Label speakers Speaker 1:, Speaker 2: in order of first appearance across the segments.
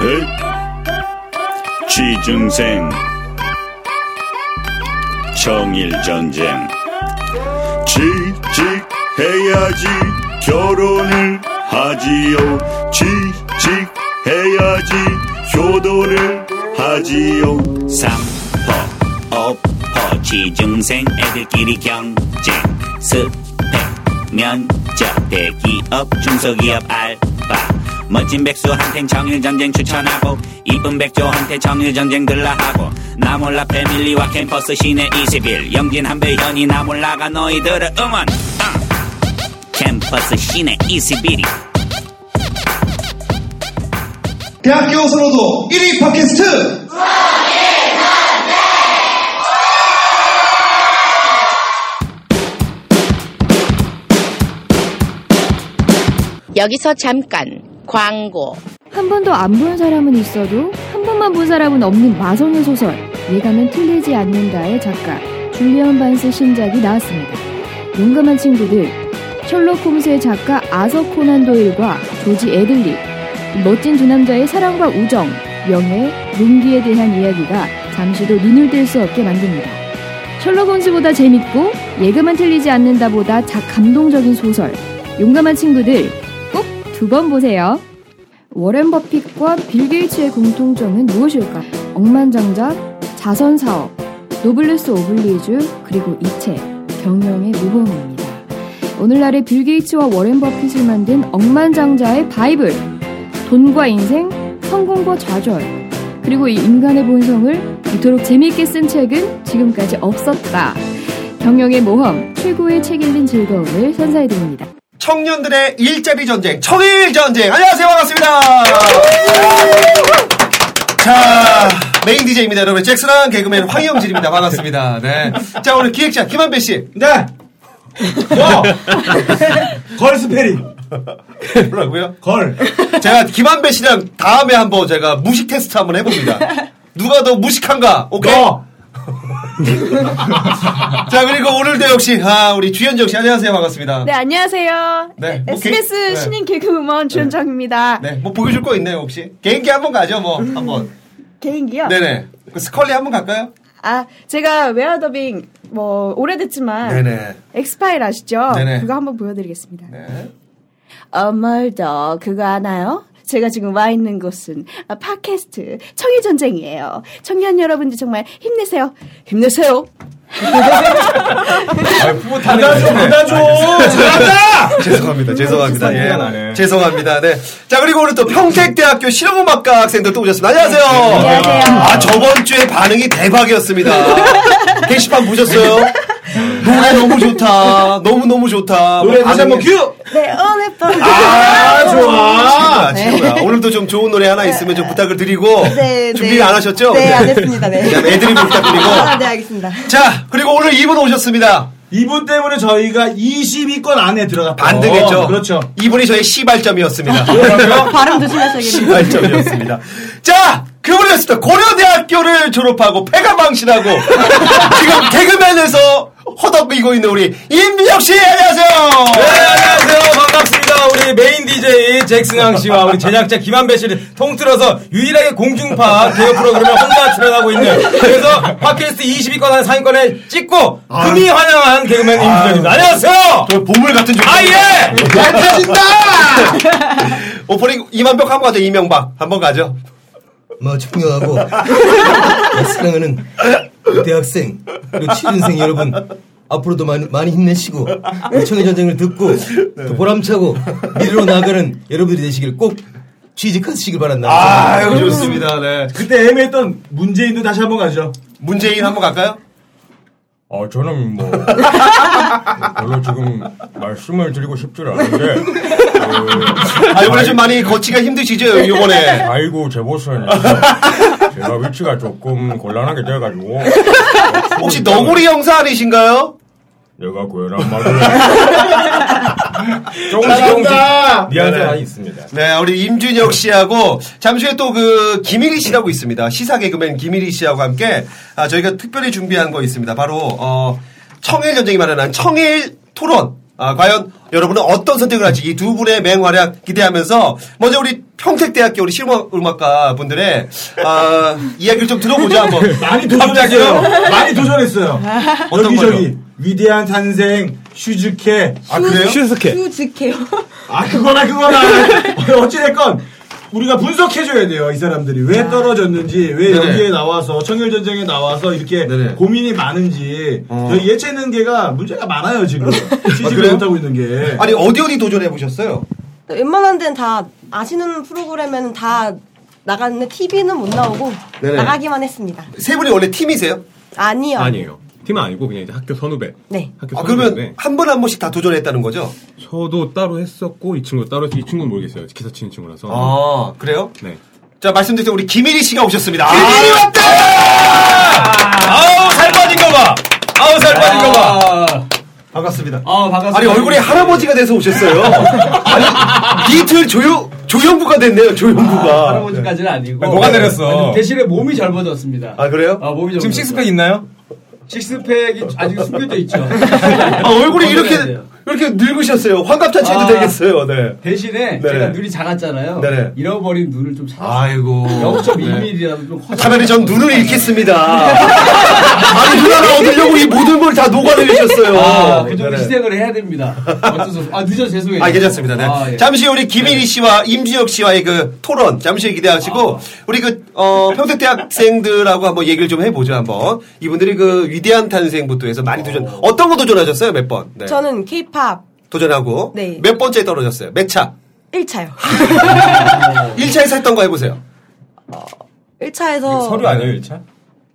Speaker 1: 네. 취중생 청일전쟁 취직해야지 결혼을 하지요 취직해야지 효도를 하지요
Speaker 2: 삼포 오포 지중생 애들끼리 경쟁 스펙 면접 대기업 중소기업 알바 멋진 백수한텐 정일전쟁 추천하고 이쁜 백조한테 정일전쟁 들라하고 나몰라 패밀리와 캠퍼스 시내 21 영진 한배현이 나몰라가 너희들을 응원 응. 캠퍼스 시내 21이
Speaker 3: 대학교 선호도 1위 팟캐스트
Speaker 4: 여기서 잠깐 광고.
Speaker 5: 한 번도 안 본 사람은 있어도 한 번만 본 사람은 없는 마성의 소설 예감은 틀리지 않는다의 작가 줄리언 반스 신작이 나왔습니다. 용감한 친구들 셜록 홈스의 작가 아서 코난 도일과 조지 애들리 멋진 두 남자의 사랑과 우정, 명예, 용기에 대한 이야기가 잠시도 눈을 뗄 수 없게 만듭니다. 셜록 홈스보다 재밌고 예감은 틀리지 않는다보다 작 감동적인 소설 용감한 친구들 꼭 두 번 보세요. 워렌 버핏과 빌 게이츠의 공통점은 무엇일까? 억만장자, 자선사업, 노블레스 오블리주, 그리고 이체, 경영의 모범입니다. 오늘날의 빌 게이츠와 워렌 버핏을 만든 억만장자의 바이블, 돈과 인생, 성공과 좌절, 그리고 이 인간의 본성을 이토록 재미있게 쓴 책은 지금까지 없었다. 경영의 모험, 최고의 책 읽는 즐거움을 선사해드립니다.
Speaker 3: 청년들의 일자리 전쟁 청일 전쟁 안녕하세요 반갑습니다 자 메인 DJ입니다 여러분 잭슨한 개그맨 황영진입니다 반갑습니다 네자 오늘 기획자 김한배 씨
Speaker 6: 네. 와. 걸스페링.
Speaker 3: 뭐라고요
Speaker 6: 걸.
Speaker 3: 제가 김한배 씨랑 다음에 한번 제가 무식 테스트 한번 해봅니다 누가 더 무식한가 오케이
Speaker 6: 너.
Speaker 3: 자 그리고 오늘도 역시 아 우리 주현정 씨 안녕하세요 반갑습니다
Speaker 7: 네, 안녕하세요.
Speaker 3: 네, 뭐
Speaker 7: SBS
Speaker 3: 개- 네.
Speaker 7: 신인 개그우먼 주현정입니다.
Speaker 3: 네, 뭐 보여줄 거 있나요 혹시? 개인기 한번 가죠, 뭐 한번.
Speaker 7: 개인기요?
Speaker 3: 네네. 그 스컬리 한번 갈까요?
Speaker 7: 아, 제가 웨어더빙 뭐 오래됐지만
Speaker 3: 네네.
Speaker 7: 엑스파일 아시죠?
Speaker 3: 네네.
Speaker 7: 그거 한번 보여드리겠습니다.
Speaker 3: 네.
Speaker 7: 어멀더 그거 아나요? 제가 지금 와 있는 곳은 아, 팟캐스트 청일 전쟁이에요. 청년 여러분들 정말 힘내세요. 힘내세요.
Speaker 3: 뭐, 받아줘, 받아줘.
Speaker 6: 잘한다.
Speaker 3: 죄송합니다, 죄송합니다.
Speaker 6: 죄송해요.
Speaker 3: 예.
Speaker 6: 나네.
Speaker 3: 죄송합니다. 네. 자 그리고 오늘 또 평택대학교 실용음악과 학생들 또 오셨습니다. 안녕하세요.
Speaker 7: 안녕하세요.
Speaker 3: 아 저번 주에 반응이 대박이었습니다. 게시판 보셨어요? 노래 너무 좋다. 너무 너무 좋다.
Speaker 6: 노래 다시 한번
Speaker 3: 반응이-
Speaker 6: 큐.
Speaker 7: 네, 오늘 밤.
Speaker 3: 아, 좋아.
Speaker 7: 네.
Speaker 3: 최고야, 최고야. 오늘도 좀 좋은 노래 하나 있으면 좀 부탁을 드리고.
Speaker 8: 네,
Speaker 3: 준비
Speaker 8: 네.
Speaker 3: 안 하셨죠?
Speaker 8: 네, 안 했습니다. 네.
Speaker 3: 그다음에 애드립 부탁드리고.
Speaker 8: 아, 네, 알겠습니다.
Speaker 3: 자, 그리고 오늘 이분 오셨습니다.
Speaker 6: 이분 때문에 저희가 22권 안에 들어갔다.
Speaker 3: 반등했죠?
Speaker 6: 그렇죠.
Speaker 3: 이분이 저의
Speaker 9: 아,
Speaker 3: 시발점이었습니다.
Speaker 8: 발음 조심하셔야겠네요.
Speaker 3: 시발점이었습니다. 자, 그분이었습니다. 고려대학교를 졸업하고 폐가 방신하고 지금 개그맨에서 허덕이고 있는 우리 임민혁 씨, 안녕하세요.
Speaker 9: 네, 안녕하세요. 반갑습니다. 우리 메인 DJ 잭슨양 씨와 우리 제작자 김한배 씨를 통틀어서 유일하게 공중파 대여 프로그램을 혼자 출연하고 있는 그래서 팟캐스트 20위권 한 상위권에 찍고
Speaker 3: 아.
Speaker 9: 금이 환영한 개그맨 임수정입니다. 안녕하세요.
Speaker 3: 저 보물 같은 존재.
Speaker 9: 아, 예!
Speaker 3: 잘 터진다! 오프닝 이만벽 한번 가죠, 이명박. 한번 가죠.
Speaker 10: 뭐 존경하고 사랑하는 대학생 그리고 취준생 여러분 앞으로도 많이, 많이 힘내시고 청의 전쟁을 듣고
Speaker 6: 네.
Speaker 10: 또 보람차고 미래로 나아가는 여러분들이 되시길 꼭 취직하시길 바란다.
Speaker 3: 아유, 좋습니다. 네.
Speaker 6: 그때 애매했던 문재인도 다시 한번 가죠.
Speaker 3: 문재인 한번 갈까요?
Speaker 9: 아, 저는 뭐, 별로 지금 말씀을 드리고 싶질 않은데, 그,
Speaker 3: 아, 이번에 좀 많이 걷기가 힘드시죠, 요번에.
Speaker 9: 아이고, 제 보스는 제가 위치가 조금 곤란하게 돼가지고,
Speaker 3: 혹시 너구리 형사 아니신가요?
Speaker 9: 내가 구해란 말을 조금씩 조금씩 미안해 많이 있습니다.
Speaker 3: 네, 우리 임준혁 씨하고 잠시 후에 또 그 김일희 씨라고 있습니다. 시사 개그맨 김일희 씨하고 함께 아, 저희가 특별히 준비한 거 있습니다. 바로 어, 청일 전쟁이 마련한 청일 토론. 아, 과연 여러분은 어떤 선택을 할지 이 두 분의 맹활약 기대하면서 먼저 우리 평택대학교 우리 실용음악과 분들의 아, 이야기를 좀 들어보자 한번.
Speaker 6: 많이 도전했어요.
Speaker 3: 갑자기요?
Speaker 6: 많이 도전했어요.
Speaker 3: 어떤
Speaker 6: 여기저기 위대한 탄생 슈즈케
Speaker 3: 아, 그래요?
Speaker 8: 수직해요.
Speaker 6: 아 그거나 그거나 어찌됐건 우리가 분석해줘야 돼요 이 사람들이 왜 떨어졌는지 왜
Speaker 3: 네네.
Speaker 6: 여기에 나와서 청일전쟁에 나와서 이렇게
Speaker 3: 네네.
Speaker 6: 고민이 많은지
Speaker 3: 어.
Speaker 6: 저희 예체능계가 문제가 많아요 지금 시집을
Speaker 3: 그래요?
Speaker 6: 못하고 있는 게
Speaker 3: 아니 어디 어디 도전해 보셨어요?
Speaker 8: 네, 웬만한 데는 다 아시는 프로그램에는 다 나갔는데 TV는 못 나오고
Speaker 3: 네네.
Speaker 8: 나가기만 했습니다.
Speaker 3: 세 분이 원래 팀이세요?
Speaker 8: 아니요.
Speaker 11: 아니에요. 팀은 아니고 그냥 이제 학교 선후배.
Speaker 8: 네.
Speaker 11: 학교
Speaker 3: 아,
Speaker 11: 선후배인데
Speaker 3: 그러면 한 번 한 번씩 다 도전했다는 거죠?
Speaker 11: 저도 따로 했었고 이 친구 따로 했이 친구는 모르겠어요. 기사 치는 친구라서.
Speaker 3: 아, 그래요?
Speaker 11: 네.
Speaker 3: 자, 말씀드린 우리 김일희 씨가 오셨습니다. 김일희 왔다! 아우, 살 빠진 거 봐! 아우, 살 빠진 거 봐! 반갑습니다.
Speaker 9: 아, 반갑습니다.
Speaker 3: 아니 얼굴에 할아버지가 돼서 오셨어요. 아니 비틀 조용 조용부가 됐네요. 조용부가.
Speaker 12: 할아버지까지는 아니고. 네.
Speaker 3: 아니, 뭐가 내렸어?
Speaker 12: 아니, 대신에 몸이 젊어졌습니다.
Speaker 3: 아 그래요?
Speaker 12: 아, 몸이
Speaker 9: 지금
Speaker 12: 젊어졌어요.
Speaker 9: 식스팩 있나요?
Speaker 12: 식스팩이 아직 숨겨져 있죠.
Speaker 3: 아, 얼굴이 이렇게
Speaker 12: 건강해야 돼요.
Speaker 3: 이렇게 늙으셨어요. 환갑잔치해도
Speaker 12: 아.
Speaker 3: 되겠어요. 네.
Speaker 12: 대신에
Speaker 3: 네네.
Speaker 12: 제가 눈이 작았잖아요.
Speaker 3: 네네.
Speaker 12: 잃어버린 눈을 좀 찾았어요.
Speaker 3: 아이고. 네.
Speaker 12: 0.2mm라도 좀 커서.
Speaker 3: 차라리 전 눈을 잃겠습니다. 아니 누나를 얻으려고 이 모든 걸 다 녹아내리셨어요.
Speaker 12: 아, 그 정도
Speaker 3: 네네.
Speaker 12: 희생을 해야 됩니다. 어쩔 수 없- 아, 늦어 죄송해요.
Speaker 3: 아, 괜찮습니다. 네.
Speaker 12: 아, 예.
Speaker 3: 잠시 우리 김일희 씨와 임지혁 씨와의 그 토론 잠시
Speaker 12: 아.
Speaker 3: 기대하시고 우리 그 어, 평택 대학생들하고 한번 얘기를 좀 해보죠 한번. 이분들이 그 위대한 탄생부터 해서 많이 도전. 어떤 거 도전하셨어요? 몇 번? 네.
Speaker 8: 저는 K-팝
Speaker 3: 도전하고
Speaker 8: 네.
Speaker 3: 몇 번째 떨어졌어요? 몇 차?
Speaker 8: 1차요.
Speaker 12: 어.
Speaker 3: 1차에서 했던 거 해보세요.
Speaker 8: 1차에서
Speaker 9: 서류 아니에요, 1차?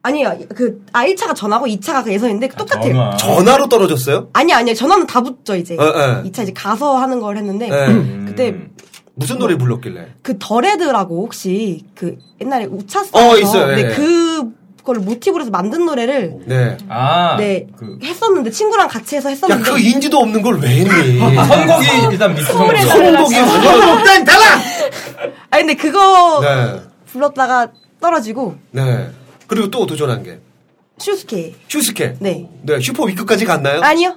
Speaker 8: 아니요. 그 아, 1차가 전화고 2차가 그 예선인데 똑같아요.
Speaker 9: 전화.
Speaker 3: 전화로 떨어졌어요?
Speaker 8: 아니 아니요. 전화는 다 붙죠, 이제.
Speaker 3: 어, 어.
Speaker 8: 2차 이제 가서 하는 걸 했는데
Speaker 3: 네.
Speaker 8: 그때
Speaker 9: 음.
Speaker 3: 무슨 노래 불렀길래?
Speaker 8: 그 더레드라고 혹시 그 옛날에 우차스에서
Speaker 3: 어, 있어요. 예, 예.
Speaker 8: 네, 그걸 모티브로 해서 만든 노래를
Speaker 3: 네.
Speaker 9: 아,
Speaker 8: 네
Speaker 9: 그
Speaker 8: 했었는데 친구랑 같이 해서
Speaker 3: 야,
Speaker 8: 했었는데
Speaker 3: 그 인지도 없는 걸 왜 했니?
Speaker 8: 아,
Speaker 9: 선곡이 일단 미스
Speaker 8: 선물에
Speaker 9: 선곡.
Speaker 3: 선곡이 뭐야?
Speaker 8: 아 근데 그거
Speaker 3: 네.
Speaker 8: 불렀다가 떨어지고
Speaker 3: 네. 그리고 또 도전한 게
Speaker 8: 슈스케
Speaker 3: 슈스케.
Speaker 8: 네
Speaker 3: 네, 슈퍼 위크까지 갔나요?
Speaker 8: 아니요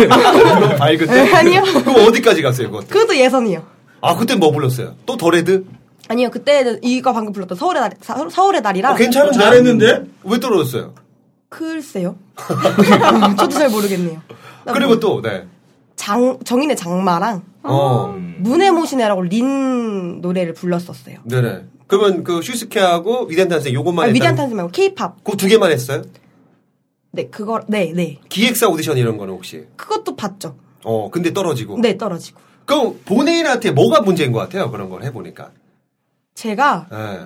Speaker 8: 네,
Speaker 3: 너무 밝은
Speaker 8: 아니요.
Speaker 3: 그럼 어디까지 갔어요, 그것
Speaker 8: 그것도 예선이요
Speaker 3: 아, 그때 뭐 불렀어요? 또 더레드?
Speaker 8: 아니요 그때는 이거 방금 불렀던 서울의 날 서, 서울의 날이랑
Speaker 3: 어, 괜찮은데?
Speaker 6: 잘했는데?
Speaker 3: 왜 떨어졌어요?
Speaker 8: 글쎄요 저도 잘 모르겠네요 나
Speaker 3: 그리고
Speaker 8: 뭐 아.
Speaker 3: 또, 네.
Speaker 8: 장, 정인의 장마랑
Speaker 3: 어.
Speaker 8: 문의 모시네라고 린 노래를 불렀었어요
Speaker 3: 네네. 그러면 그 슈스케하고 위대한 탄생 요것만
Speaker 8: 아, 위대한
Speaker 3: 했다는-
Speaker 8: 탄생 말고 케이팝
Speaker 3: 그두 개만 했어요?
Speaker 8: 네 그거 네네
Speaker 3: 기획사 오디션 이런 거는 혹시?
Speaker 8: 그것도 봤죠
Speaker 3: 어, 근데
Speaker 9: 뭐.
Speaker 3: 떨어지고.
Speaker 8: 네 떨어지고
Speaker 3: 그럼 본인한테 뭐가 문제인 것 같아요? 그런 걸 해보니까.
Speaker 8: 제가
Speaker 3: 예.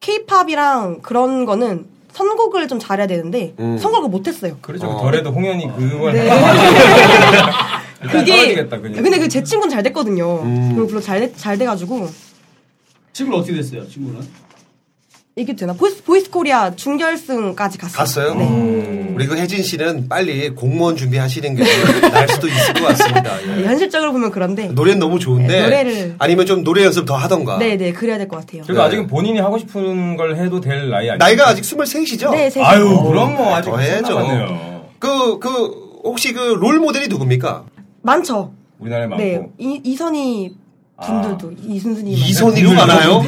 Speaker 8: 케이팝이랑 그런 거는 선곡을 좀 잘해야 되는데
Speaker 3: 음.
Speaker 8: 선곡을 못했어요.
Speaker 9: 그렇죠.
Speaker 3: 어.
Speaker 9: 덜해도 홍현이 그걸
Speaker 8: 네.
Speaker 9: 일단
Speaker 8: 그게
Speaker 9: 떨어지겠다, 그냥.
Speaker 8: 근데 그 제 친구는 잘 됐거든요.
Speaker 3: 음.
Speaker 8: 그리고 별로 잘, 돼- 잘 돼가지고
Speaker 12: 친구는 어떻게 됐어요, 친구는?
Speaker 8: 이게 되나 보이스, 보이스 코리아 중결승까지 갔어요.
Speaker 3: 갔어요?
Speaker 8: 네.
Speaker 9: 음.
Speaker 3: 우리 그 혜진 씨는 빨리 공무원 준비하시는 게 날 수도 있을 것 같습니다. 예.
Speaker 8: 네, 현실적으로 보면 그런데
Speaker 3: 노래는 너무 좋은데
Speaker 8: 네, 노래를-
Speaker 3: 아니면 좀 노래 연습 더 하던가.
Speaker 8: 네네 그래야 될 것 같아요.
Speaker 9: 그래도
Speaker 3: 네.
Speaker 9: 아직은 본인이 하고 싶은 걸 해도 될 나이 아니에요?
Speaker 3: 나이가 아직 23시죠?
Speaker 8: 네 세.
Speaker 9: 아유,
Speaker 12: 어,
Speaker 9: 그럼 뭐 아직
Speaker 3: 더 해야죠.
Speaker 9: 끝나가네요.
Speaker 3: 그, 그, 혹시 그 롤 모델이 누굽니까?
Speaker 8: 많죠.
Speaker 9: 우리나라에 많고.
Speaker 8: 네 이, 이선희 분들도 이순순이
Speaker 3: 이선희로 많아요?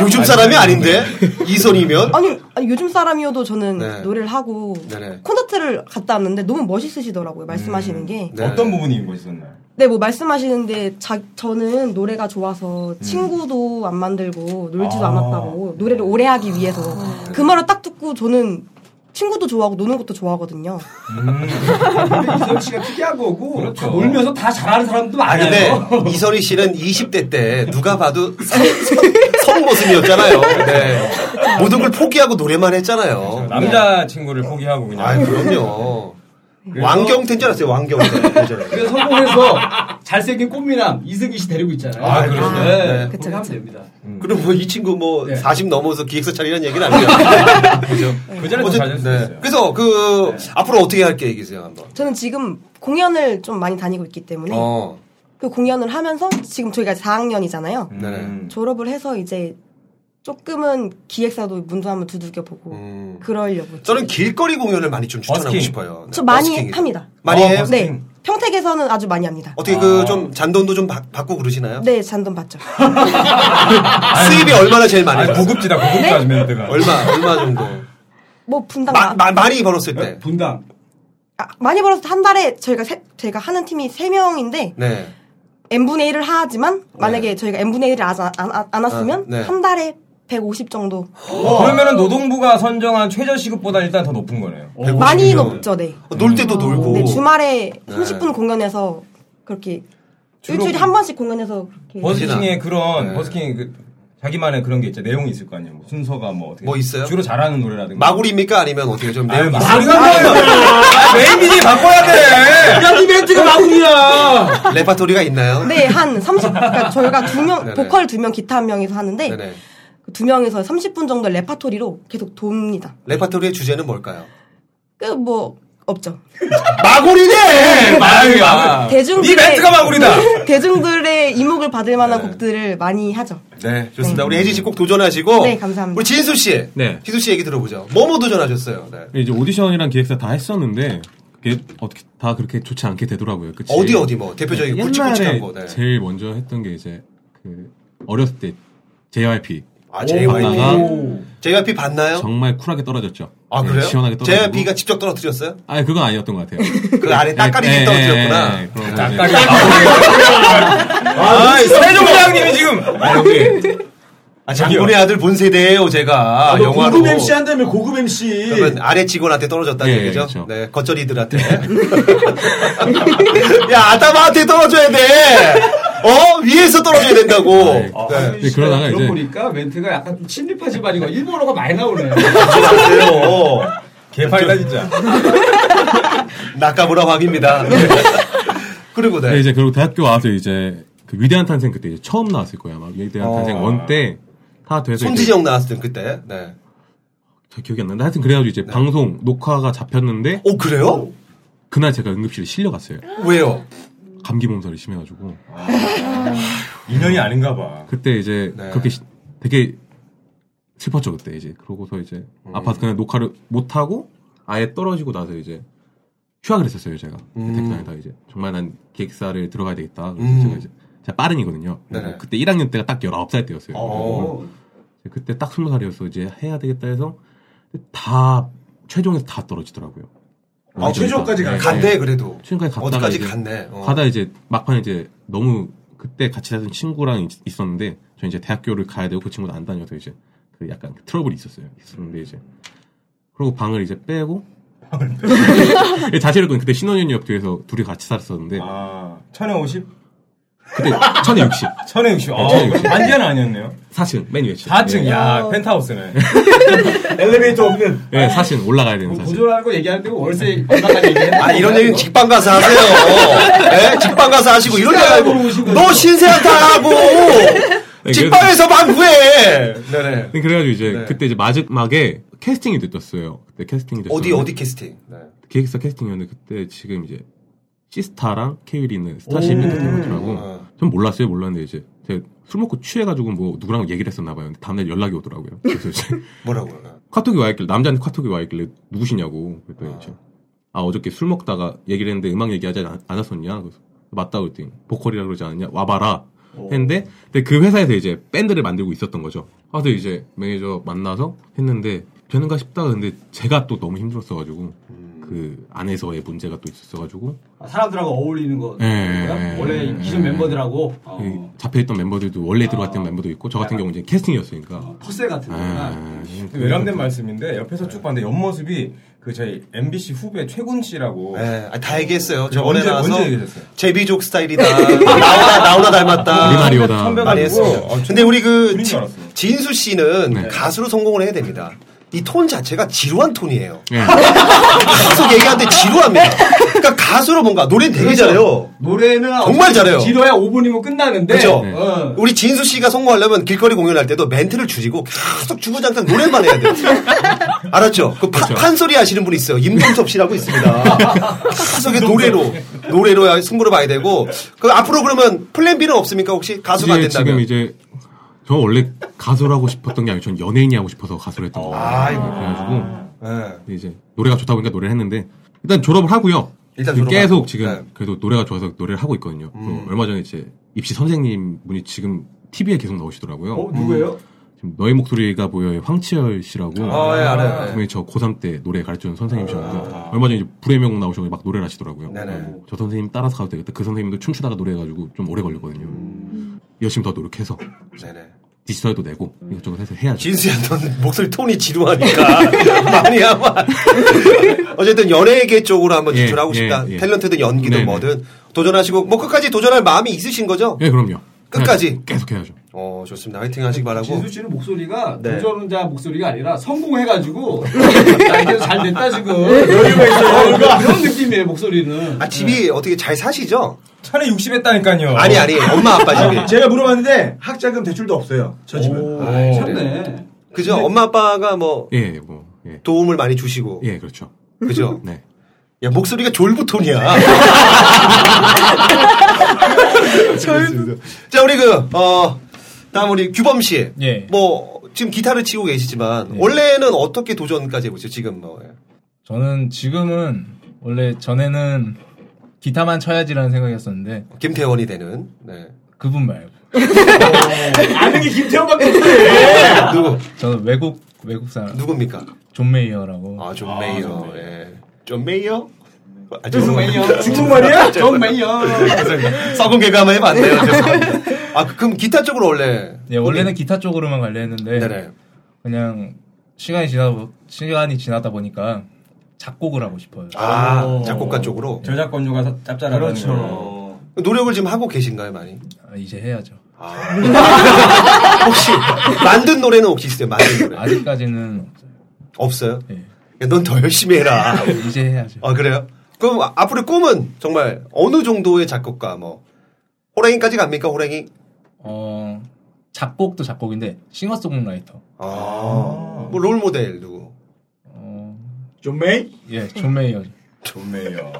Speaker 3: 요즘 사람이 아닌데? 이선희면?
Speaker 8: 아니, 아니, 요즘 사람이어도 저는
Speaker 3: 네.
Speaker 8: 노래를 하고
Speaker 3: 네네.
Speaker 8: 콘서트를 갔다 왔는데 너무 멋있으시더라고요 말씀하시는 게
Speaker 3: 네.
Speaker 9: 어떤 부분이 멋있었나요?
Speaker 8: 네, 뭐 말씀하시는데 자, 저는 노래가 좋아서 친구도 안 만들고 놀지도
Speaker 9: 아.
Speaker 8: 않았다고 노래를 오래 하기 위해서 그 말을 딱 듣고 저는 친구도 좋아하고 노는 것도 좋아하거든요.
Speaker 12: 아, 근데 이성 씨가 특이한 거고
Speaker 9: 그렇죠. 네.
Speaker 12: 놀면서 다 잘하는 사람도
Speaker 3: 아, 근데
Speaker 12: 많아요.
Speaker 3: 이선희 씨는 20대 때 누가 봐도 성 모습이었잖아요. 네. 모든 걸 포기하고 노래만 했잖아요.
Speaker 9: 남자 친구를 포기하고 그냥.
Speaker 3: 아, 그럼요. 왕경태인 줄 알았어요, 왕경태. 예전에.
Speaker 12: 그래서 성공해서 잘생긴 꽃미남 이승기 씨 데리고 있잖아요.
Speaker 3: 아, 그렇죠. 네.
Speaker 8: 그쵸,
Speaker 12: 그렇게 하면
Speaker 8: 그쵸.
Speaker 12: 됩니다.
Speaker 9: 음,
Speaker 3: 그럼 뭐 이 친구 뭐
Speaker 12: 네.
Speaker 3: 40 넘어서 기획사 차리는 얘기는 아니야. 그죠?
Speaker 9: 그 전에 더
Speaker 3: 어쨌든,
Speaker 9: 잘될 수도
Speaker 3: 네.
Speaker 9: 있어요. 네.
Speaker 3: 그래서 그 앞으로 어떻게 할 계획이세요, 한번?
Speaker 8: 저는 지금 공연을 좀 많이 다니고 있기 때문에
Speaker 3: 어.
Speaker 8: 그 공연을 하면서 지금 저희가 4학년이잖아요.
Speaker 9: 음.
Speaker 3: 네.
Speaker 8: 졸업을 해서 이제 조금은 기획사도 문도 한번 두들겨 보고
Speaker 3: 음.
Speaker 8: 그러려고.
Speaker 3: 저는 길거리 공연을 많이 좀 추천하고
Speaker 9: 버스킹.
Speaker 3: 싶어요. 네,
Speaker 8: 저 많이
Speaker 3: 버스킹이요.
Speaker 8: 합니다.
Speaker 3: 많이
Speaker 9: 어,
Speaker 3: 해요?
Speaker 9: 버스킹.
Speaker 8: 네. 평택에서는 아주 많이 합니다.
Speaker 3: 어떻게 그 좀 잔돈도 좀 받, 받고 그러시나요?
Speaker 8: 네, 잔돈 받죠.
Speaker 3: 아, 수입이 얼마나 제일 많이 벌어요?
Speaker 13: 고급지다
Speaker 9: 네?
Speaker 13: 고급지 아주 멘트가
Speaker 3: 얼마 얼마 정도?
Speaker 8: 뭐 분당
Speaker 3: 마,
Speaker 8: 마,
Speaker 3: 마, 많이 벌었을
Speaker 9: 네.
Speaker 3: 때.
Speaker 13: 분당.
Speaker 8: 아, 많이 벌어서 한 달에 저희가 세, 제가 하는 팀이 세 명인데
Speaker 3: 네.
Speaker 8: n분의 1을 하지만 만약에 저희가 n분의 1을 안, 안, 안 왔으면
Speaker 12: 아, 네.
Speaker 8: 한 달에 150 정도
Speaker 9: 어.
Speaker 12: 그러면은 노동부가 선정한 최저 시급보다 일단 더 높은 거네요.
Speaker 9: 어,
Speaker 8: 어. 많이 높죠, 네.
Speaker 3: 어, 놀 때도 놀고.
Speaker 8: 네, 주말에
Speaker 12: 네.
Speaker 8: 30분 공연해서 그렇게
Speaker 12: 주로
Speaker 8: 일주일에 한 번씩 공연해서 그렇게
Speaker 12: 버스킹에 그런 버스킹 그 자기만의 그런 게 있죠. 내용이 있을 거 아니에요. 뭐 순서가 뭐 어떻게 뭐 있어요? 주로 잘하는 노래라든가
Speaker 3: 마구리입니까 아니면 어떻게 좀 내용이
Speaker 12: 마구리 아, 네. 메인 DJ 바꿔야 돼.
Speaker 13: 야이 멘트가 마구리야.
Speaker 3: 레파토리가 있나요?
Speaker 8: 네, 한 30, 그러니까 저희가 두 명,
Speaker 3: 네네.
Speaker 8: 보컬 두 명, 기타 한 명에서 하는데,
Speaker 3: 네네.
Speaker 8: 그두 명에서 30분 정도 레파토리로 계속 돕니다.
Speaker 3: 레파토리의 주제는 뭘까요?
Speaker 8: 그, 뭐, 없죠.
Speaker 3: 마구리네! 아,
Speaker 12: 마구리야.
Speaker 8: 대중들의.
Speaker 12: 네 멘트가 마구리다!
Speaker 8: 대중들의 이목을 받을 만한 곡들을 많이 하죠.
Speaker 3: 네, 좋습니다. 우리 혜진 씨 꼭 도전하시고.
Speaker 8: 네, 감사합니다.
Speaker 3: 우리 진수 씨.
Speaker 9: 네.
Speaker 3: 진수 씨 얘기 들어보죠. 뭐뭐 도전하셨어요? 네.
Speaker 9: 이제 오디션이랑 기획사 다 했었는데 그게 어떻게 다 그렇게 좋지 않게 되더라고요. 그치?
Speaker 3: 어디 어디 뭐 대표적인
Speaker 9: 네,
Speaker 3: 굵직굵직한
Speaker 9: 옛날에
Speaker 3: 거, 네.
Speaker 9: 제일 먼저 했던 게 이제 그 어렸을 때 JYP.
Speaker 3: 아, JYP.
Speaker 9: 받다가
Speaker 3: 오. JYP 봤나요?
Speaker 9: 정말 쿨하게 떨어졌죠.
Speaker 3: 어? 아,
Speaker 9: 네,
Speaker 3: 그래요?
Speaker 9: 시원하게 떨어지고.
Speaker 3: JYP가 직접 떨어뜨렸어요?
Speaker 9: 아니 그건 아니었던 것 같아요.
Speaker 3: 그 아래 딱까리
Speaker 9: 예, 예,
Speaker 3: 떨어뜨렸구나.
Speaker 9: 예, 예, 그런 거 이제-
Speaker 3: 딱까리.
Speaker 12: 아, 이 세종대왕님이 지금.
Speaker 9: 아, 여기.
Speaker 3: 아, 장군의 아들 본 세대예요,
Speaker 12: 아,
Speaker 14: 아,
Speaker 3: 제가.
Speaker 14: 뭐
Speaker 13: 너
Speaker 12: 뭐
Speaker 3: 아, 영화로.
Speaker 13: 고급 MC 한다며 고급 MC.
Speaker 3: 그러면 아래 직원한테 떨어졌다는
Speaker 9: 예,
Speaker 3: 얘기죠?
Speaker 9: 그렇죠.
Speaker 3: 네, 겉절이들한테. 야, 아담한테 떨어져야 돼! 어? 위에서 떨어져야 된다고.
Speaker 12: 아,
Speaker 3: 네.
Speaker 9: 네, 그러다가
Speaker 14: 아, 그런
Speaker 9: 이제-
Speaker 14: 보니까 멘트가 약간 좀 친일파 집안이고 일본어가 많이 나오네요.
Speaker 9: 그렇죠.
Speaker 3: 안녕하세요.
Speaker 12: 아, 개판이다, 진짜.
Speaker 3: 낙가무라 왕입니다. 네. 그리고
Speaker 9: 예, 네,
Speaker 3: 네.
Speaker 9: 이제 그리고 대학교 와서 이제 그 위대한 탄생 그때 이제 처음 나왔을 거예요 아마 위대한
Speaker 3: 어.
Speaker 9: 탄생 원 때 다 돼서 이제
Speaker 3: 손지정 나왔을 때 그때. 네.
Speaker 9: 잘 기억이 안 나는데 하여튼 그래가지고 이제 방송 녹화가 잡혔는데
Speaker 3: 오 어, 그래요?
Speaker 9: 그날 제가 응급실에 실려갔어요
Speaker 3: 왜요?
Speaker 9: 감기 몸살이 심해가지고
Speaker 12: 인연이 아닌가 봐.
Speaker 9: 그때 이제
Speaker 12: 네.
Speaker 9: 그렇게 시- 되게 슬펐죠 그때 이제 그러고서 이제
Speaker 12: 음.
Speaker 9: 아파서 그냥 녹화를 못 하고 아예 떨어지고 나서 이제 휴학을 했었어요 제가
Speaker 12: 음.
Speaker 9: 대학당에다 이제 정말 난 기획사를 들어가야 되겠다 그래서
Speaker 12: 음.
Speaker 9: 제가 이제 제가 빠른이거든요 그래서
Speaker 12: 네네.
Speaker 9: 그때 1학년 때가 딱 19살 때였어요
Speaker 12: 어.
Speaker 9: 이제 그때 딱 20살이어서 이제 해야 되겠다 해서 다 최종에서 다 떨어지더라고요
Speaker 3: 아, 최종까지 갔- 갔네, 그래도.
Speaker 9: 최종까지 갔다가
Speaker 3: 어디까지
Speaker 9: 이제
Speaker 3: 갔네, 어.
Speaker 9: 가다 이제 막판에 이제 너무 그때 같이 다녔던 친구랑 있- 있었는데 저 이제 대학교를 가야 되고 그 친구도 안 다녀서 이제 그 약간 트러블이 있었어요. 있었는데 이제 그리고 방을 이제 빼고 예, 자취했던 그때 신혼연이 옆에서 둘이 같이 살았었는데
Speaker 12: 아, 천에 50?
Speaker 9: 그때 천에 60.
Speaker 12: 천에 60. 아,
Speaker 9: 천에 60.
Speaker 12: 반지하는 아니었네요.
Speaker 9: 4층 맨 위에 층.
Speaker 12: 4층,
Speaker 9: 예.
Speaker 12: 야, 펜트하우스네. 엘리베이터 없는.
Speaker 9: 예, 4층 올라가야
Speaker 12: 그
Speaker 9: 되는 4층.
Speaker 14: 구조라는 거 얘기하는데 월세 얼마까지 얘기해?
Speaker 3: 아, 이런 얘기는 직방 가서 하세요. 예? 직방 가서 하시고, 이런 얘기 말고. 너 신세한테 하고!
Speaker 9: 네,
Speaker 3: 직방에서 막 구해!
Speaker 9: 네네. 그래가지고 이제 그때 이제 마지막에 캐스팅이 됐었어요. 그때 캐스팅이 됐어요.
Speaker 3: 어디, 어디 캐스팅? 네.
Speaker 9: 기획사 캐스팅이었는데 그때 지금 이제 시스타랑 케이윌이 있는
Speaker 3: 오. 아.
Speaker 9: 스타쉽 캐스팅이더라고. 전 몰랐어요, 몰랐는데 이제 제가 술 먹고 취해가지고 뭐 누구랑 얘기를 했었나 봐요. 근데 다음날 연락이 오더라고요. 그래서 이제
Speaker 3: 뭐라고요?
Speaker 9: 카톡이 와 있길래 남자한테 카톡이 와 있길래 누구시냐고 그랬더니 이제 아 어저께 술 먹다가 얘기를 했는데 음악 얘기하지 않- 않았었냐? 그래서 맞다고 그랬더니 보컬이라 그러지 않았냐? 와봐라.
Speaker 14: 어.
Speaker 9: 했는데 근데 그 회사에서 이제 밴드를 만들고 있었던 거죠. 그래서 이제 매니저 만나서 했는데 되는가 싶다가 근데 제가 또 너무 힘들었어가지고 그 안에서의 문제가 또 있었어가지고
Speaker 14: 음. 아, 사람들하고 어울리는 거.
Speaker 9: 예, 예,
Speaker 14: 뭐야?
Speaker 9: 예,
Speaker 14: 원래
Speaker 9: 예,
Speaker 14: 기존
Speaker 9: 예.
Speaker 14: 멤버들하고 어,
Speaker 9: 이 잡혀있던 멤버들도 원래 들어갔던 멤버도 있고 저 같은 경우는 이제 캐스팅이었으니까 아, 예,
Speaker 14: 텃세 아, 같은
Speaker 9: 거구나.
Speaker 12: 외람된 말씀인데 옆에서 쭉 봤는데 옆모습이 그 저희 MBC 후배 최군 씨라고.
Speaker 3: 네, 아, 다 얘기했어요. 저번에
Speaker 12: 언제
Speaker 3: 나와서
Speaker 12: 언제 얘기했어요?
Speaker 3: 제비족 스타일이다. 나오나 나오나 닮았다.
Speaker 9: 리마리오다.
Speaker 3: 많이
Speaker 12: 선배가
Speaker 3: 했습니다.
Speaker 12: 누구? 아,
Speaker 3: 근데 우리 네.
Speaker 12: 줄
Speaker 3: 그 지- 진수 씨는 가수로 성공을 해야 됩니다. 이 톤 자체가 지루한 톤이에요.
Speaker 9: 네.
Speaker 3: 계속 얘기하는데 지루합니다. 그러니까 가수로 뭔가 노래 되게 잘해요.
Speaker 14: 노래는
Speaker 3: 정말 잘해요.
Speaker 14: 지루야 5분이면 끝나는데.
Speaker 3: 그죠?
Speaker 14: 어.
Speaker 8: 네.
Speaker 3: 우리 진수 씨가 성공하려면 길거리 공연할 때도 멘트를 줄이고 계속 주구장창 노래만 해야 돼요. 알았죠? 그 파- 판소리 하시는 분이 있어요. 임동섭 씨라고 있습니다. 계속 노래로, 노래로 승부를 봐야 되고. 그 앞으로 그러면 플랜 B는 없습니까? 혹시 가수가 안
Speaker 9: 이제 지금
Speaker 3: 된다면?
Speaker 9: 이제 저 원래 가수를 하고 싶었던 게 아니고 전 연예인이 하고 싶어서 가수를
Speaker 3: 아.
Speaker 9: 했던 거예요. 그래가지고 이제 노래가 좋다 보니까 노래를 했는데 일단 졸업을 하고요.
Speaker 3: 일단 졸업하고.
Speaker 9: 지금
Speaker 3: 네. 음.
Speaker 9: 계속 지금 그래도 노래가 좋아서 노래를 하고 있거든요. 그리고 얼마 전에 이제 입시 선생님 분이 지금 TV에 계속 나오시더라고요.
Speaker 15: 어, 누구예요?
Speaker 9: 지금 너의 목소리가 보여의 황치열 씨라고.
Speaker 15: 아, 예, 알아요. 아.
Speaker 9: 분명히 저 고3 때 노래 가르치는 선생님이셨는데 얼마 전에 이제 불의 명곡 나오셔서 막 노래를 하시더라고요. 그래가지고 저 선생님 따라서 가도 되겠다. 그 선생님도 춤추다가 노래해가지고 좀 오래 걸리거든요. 열심히 더 노력해서
Speaker 3: 음.
Speaker 9: 디지털도 내고 이것저것 해서 해야죠.
Speaker 3: 진수야, 넌 목소리 톤이 지루하니까. 많이 하면. 어쨌든 연예계 쪽으로 한번
Speaker 9: 예,
Speaker 3: 진출하고
Speaker 9: 예,
Speaker 3: 싶다.
Speaker 9: 예.
Speaker 3: 탤런트든 연기든
Speaker 9: 네네.
Speaker 3: 뭐든 도전하시고, 뭐 끝까지 도전할 마음이 있으신 거죠?
Speaker 9: 예, 그럼요.
Speaker 3: 끝까지.
Speaker 9: 계속 해야죠.
Speaker 3: 어, 좋습니다. 화이팅 하시기 바라고.
Speaker 12: 진수 씨는 목소리가
Speaker 3: 네.
Speaker 12: 도전자 목소리가 아니라 성공해가지고 나한테 잘 됐다 지금
Speaker 3: 여유가 있어요,
Speaker 12: 어,
Speaker 3: 여유가.
Speaker 12: 그런 느낌이에요 목소리는. 네.
Speaker 3: 아, 집이 어떻게 잘 사시죠?
Speaker 15: 차례 60 했다니까요.
Speaker 3: 아니, 아니, 엄마, 아빠 집에.
Speaker 15: 제가 물어봤는데 학자금 대출도 없어요. 저 집은.
Speaker 3: 아이,
Speaker 15: 참네.
Speaker 3: 그죠? 엄마, 아빠가 뭐.
Speaker 9: 예, 뭐.
Speaker 3: 도움을 많이 주시고.
Speaker 9: 예, 그렇죠.
Speaker 3: 그죠?
Speaker 9: 네.
Speaker 3: 야, 목소리가 졸부톤이야. 자, 우리 그, 어, 다음 우리 규범 씨.
Speaker 8: 예.
Speaker 3: 뭐, 지금 기타를 치고 계시지만, 원래는 어떻게 도전까지 해보죠, 지금 뭐.
Speaker 8: 저는 지금은 원래 전에는 기타만 쳐야지라는 생각이었었는데
Speaker 3: 김태원이 되는 네.
Speaker 8: 그분 말고
Speaker 15: 아는 게 김태형밖에
Speaker 3: 누구?
Speaker 8: 저는 외국 외국 사람
Speaker 3: 누굽니까?
Speaker 8: 존 메이어라고
Speaker 3: 아, 존 메이어. 예. 존 메이어? 아,
Speaker 12: 존 메이어. 중국
Speaker 3: 말
Speaker 12: 말이야? 존 메이어. 네.
Speaker 3: 썩은 개그 한번 해봐 안 돼요? 죄송합니다. 아, 그럼 기타 쪽으로 원래. 네,
Speaker 8: 예, 원래는 기타 쪽으로만 관려 했는데 그냥 시간이 지나 시간이 지나다 보니까 작곡을 하고 싶어요. 네.
Speaker 3: 아, 작곡가 쪽으로?
Speaker 16: 저작권료가 사- 짭짤하다는
Speaker 3: 그렇죠.
Speaker 16: 거.
Speaker 3: 노력을 지금 하고 계신가요, 많이?
Speaker 8: 아, 이제 해야죠.
Speaker 3: 혹시 만든 노래는 혹시 있어요? 만든 노래?
Speaker 8: 아직까지는
Speaker 3: 없어요.
Speaker 8: 예.
Speaker 3: 넌 더 열심히 해라.
Speaker 8: 이제 해야죠.
Speaker 3: 아 그래요? 그럼 아- 앞으로 꿈은 정말 어느 정도의 작곡가 뭐 호랭이까지 갑니까 호랭이?
Speaker 8: 어 작곡도 작곡인데 싱어송라이터.
Speaker 3: 아, 뭐 롤모델 누구?
Speaker 15: 존 메이?
Speaker 8: 어. 예, 존 메이어.
Speaker 15: 존 메이어.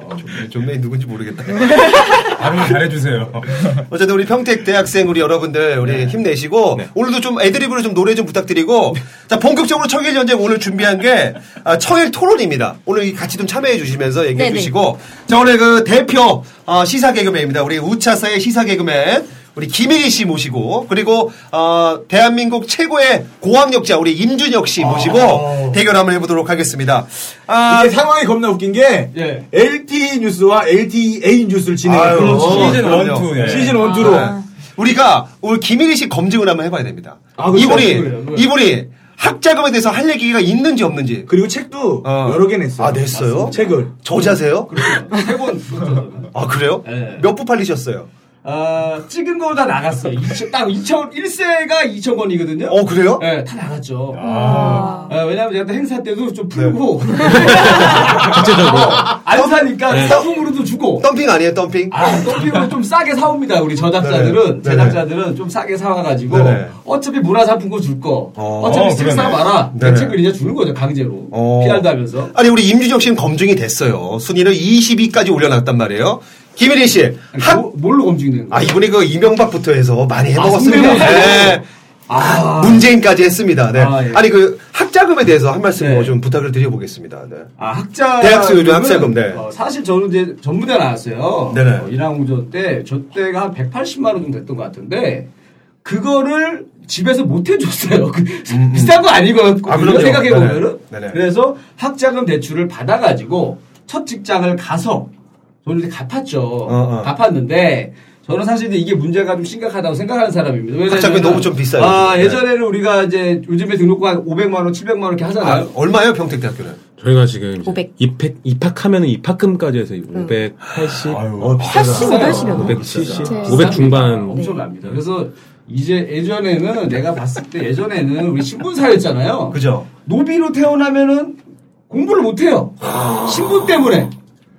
Speaker 3: 존 메이 누군지 모르겠다.
Speaker 15: 발음 잘해주세요. 네.
Speaker 3: 어쨌든 우리 평택 대학생 우리 여러분들 우리 힘내시고 오늘도 좀 애드립으로 좀 노래 좀 부탁드리고 자 본격적으로 청일 전쟁 오늘 준비한 게 아, 청일 토론입니다. 오늘 이 같이 좀 참여해 주시면서 얘기해
Speaker 7: 네네.
Speaker 3: 주시고 자 오늘 그 대표 어, 시사 개그맨입니다. 우리 우차사의 시사 개그맨 우리 김일희 씨 모시고 그리고 어, 대한민국 최고의 고학력자 우리 임준혁 씨 모시고 대결 한번 해보도록 하겠습니다.
Speaker 15: 아.
Speaker 3: 아,
Speaker 15: 이게 상황이 겁나 웃긴 게
Speaker 12: 예.
Speaker 15: LTE 뉴스와 LTEA 뉴스를 진행해요.
Speaker 3: 아유,
Speaker 15: 시즌
Speaker 3: 그럼요.
Speaker 15: 1, 2.
Speaker 3: 네.
Speaker 15: 시즌 1, 2로.
Speaker 3: 우리가 오늘 김일희 씨 검증을 한번 해봐야 됩니다.
Speaker 15: 아, 그렇죠.
Speaker 3: 이분이
Speaker 15: 그래요, 그래요.
Speaker 3: 이분이 학자금에 대해서 할 얘기가 있는지 없는지
Speaker 15: 그리고 책도 여러 개 냈어요.
Speaker 3: 아 냈어요?
Speaker 15: 책을
Speaker 3: 저자세요?
Speaker 12: 그렇죠.
Speaker 3: 아 그래요?
Speaker 12: 네.
Speaker 3: 몇 부 팔리셨어요?
Speaker 12: 아, 찍은 거보다 나갔어요. 2천, 딱 2천, 1세가 2천 원이거든요.
Speaker 3: 어, 그래요?
Speaker 12: 네, 다 나갔죠. 아, 왜냐면 제가 또 행사 때도 좀 풀고.
Speaker 9: 구체적으로.
Speaker 12: 안 사니까
Speaker 3: 네.
Speaker 12: 상품으로도 주고.
Speaker 3: 아, 덤핑 아니에요, 덤핑?
Speaker 12: 아, 덤핑으로 좀 싸게 사옵니다, 우리
Speaker 3: 네네.
Speaker 12: 저작자들은.
Speaker 3: 네네.
Speaker 12: 제작자들은 좀 싸게 사와가지고.
Speaker 3: 네네.
Speaker 12: 어차피 문화상품권 줄 거. 어, 차피 책
Speaker 3: 그러네.
Speaker 12: 사와라. 내
Speaker 3: 네네.
Speaker 12: 책을 이제 주는 거죠, 강제로.
Speaker 3: 어.
Speaker 12: PR도 하면서.
Speaker 3: 아니 우리 임준혁 씨는 검증이 됐어요. 순위를 20위까지 올려놨단 말이에요. 김일희 씨, 학...
Speaker 12: 뭘로 검증된
Speaker 3: 거예요? 아 이분이 그 이명박부터 해서 많이
Speaker 12: 아,
Speaker 3: 해먹었습니다.
Speaker 12: 성대모사요?
Speaker 3: 네.
Speaker 12: 아.
Speaker 3: 문재인까지 했습니다. 네.
Speaker 12: 아,
Speaker 3: 아,
Speaker 12: 예. 네.
Speaker 3: 니그 학자금에 대해서 한 말씀 뭐좀 부탁을 드려보겠습니다. 네.
Speaker 12: 아, 학자.
Speaker 3: 대학생 요즘 학자금, 네.
Speaker 12: 어, 사실 저는 이제 전부대 나왔어요.
Speaker 3: 네네.
Speaker 12: 어, 인항공전 때, 저 때가 한 180만 원 정도 됐던 것 같은데, 그거를 집에서 못 해줬어요. 그 비싼 거 아니거든요.
Speaker 3: 음. 아, 그럼요.
Speaker 12: 생각해보면은.
Speaker 3: 네네. 네네.
Speaker 12: 그래서 학자금 대출을 받아가지고, 첫 직장을 가서, 저는 이제 갚았죠.
Speaker 3: 어.
Speaker 12: 아, 갚았는데, 저는 사실 이제 이게 문제가 좀 심각하다고 생각하는 사람입니다. 왜냐면은-
Speaker 3: 학자금이 너무 좀 비싸요,
Speaker 12: 아,
Speaker 3: 요즘. 네.
Speaker 12: 예전에는 우리가 이제 요즘에 등록금 한 500만원, 700만원 이렇게 하잖아요.
Speaker 3: 얼마예요 평택대학교는?
Speaker 9: 저희가 지금 이제
Speaker 12: 500.
Speaker 9: 입학, 입학하면 입학금까지 해서 580,
Speaker 12: 음. 어,
Speaker 9: 570, 500 중반.
Speaker 12: 엄청납니다. 그래서 이제 예전에는 내가 봤을 때 예전에는 우리 신분사였잖아요.
Speaker 3: 그죠.
Speaker 12: 노비로 태어나면은 공부를 못해요. 아. 신분 때문에.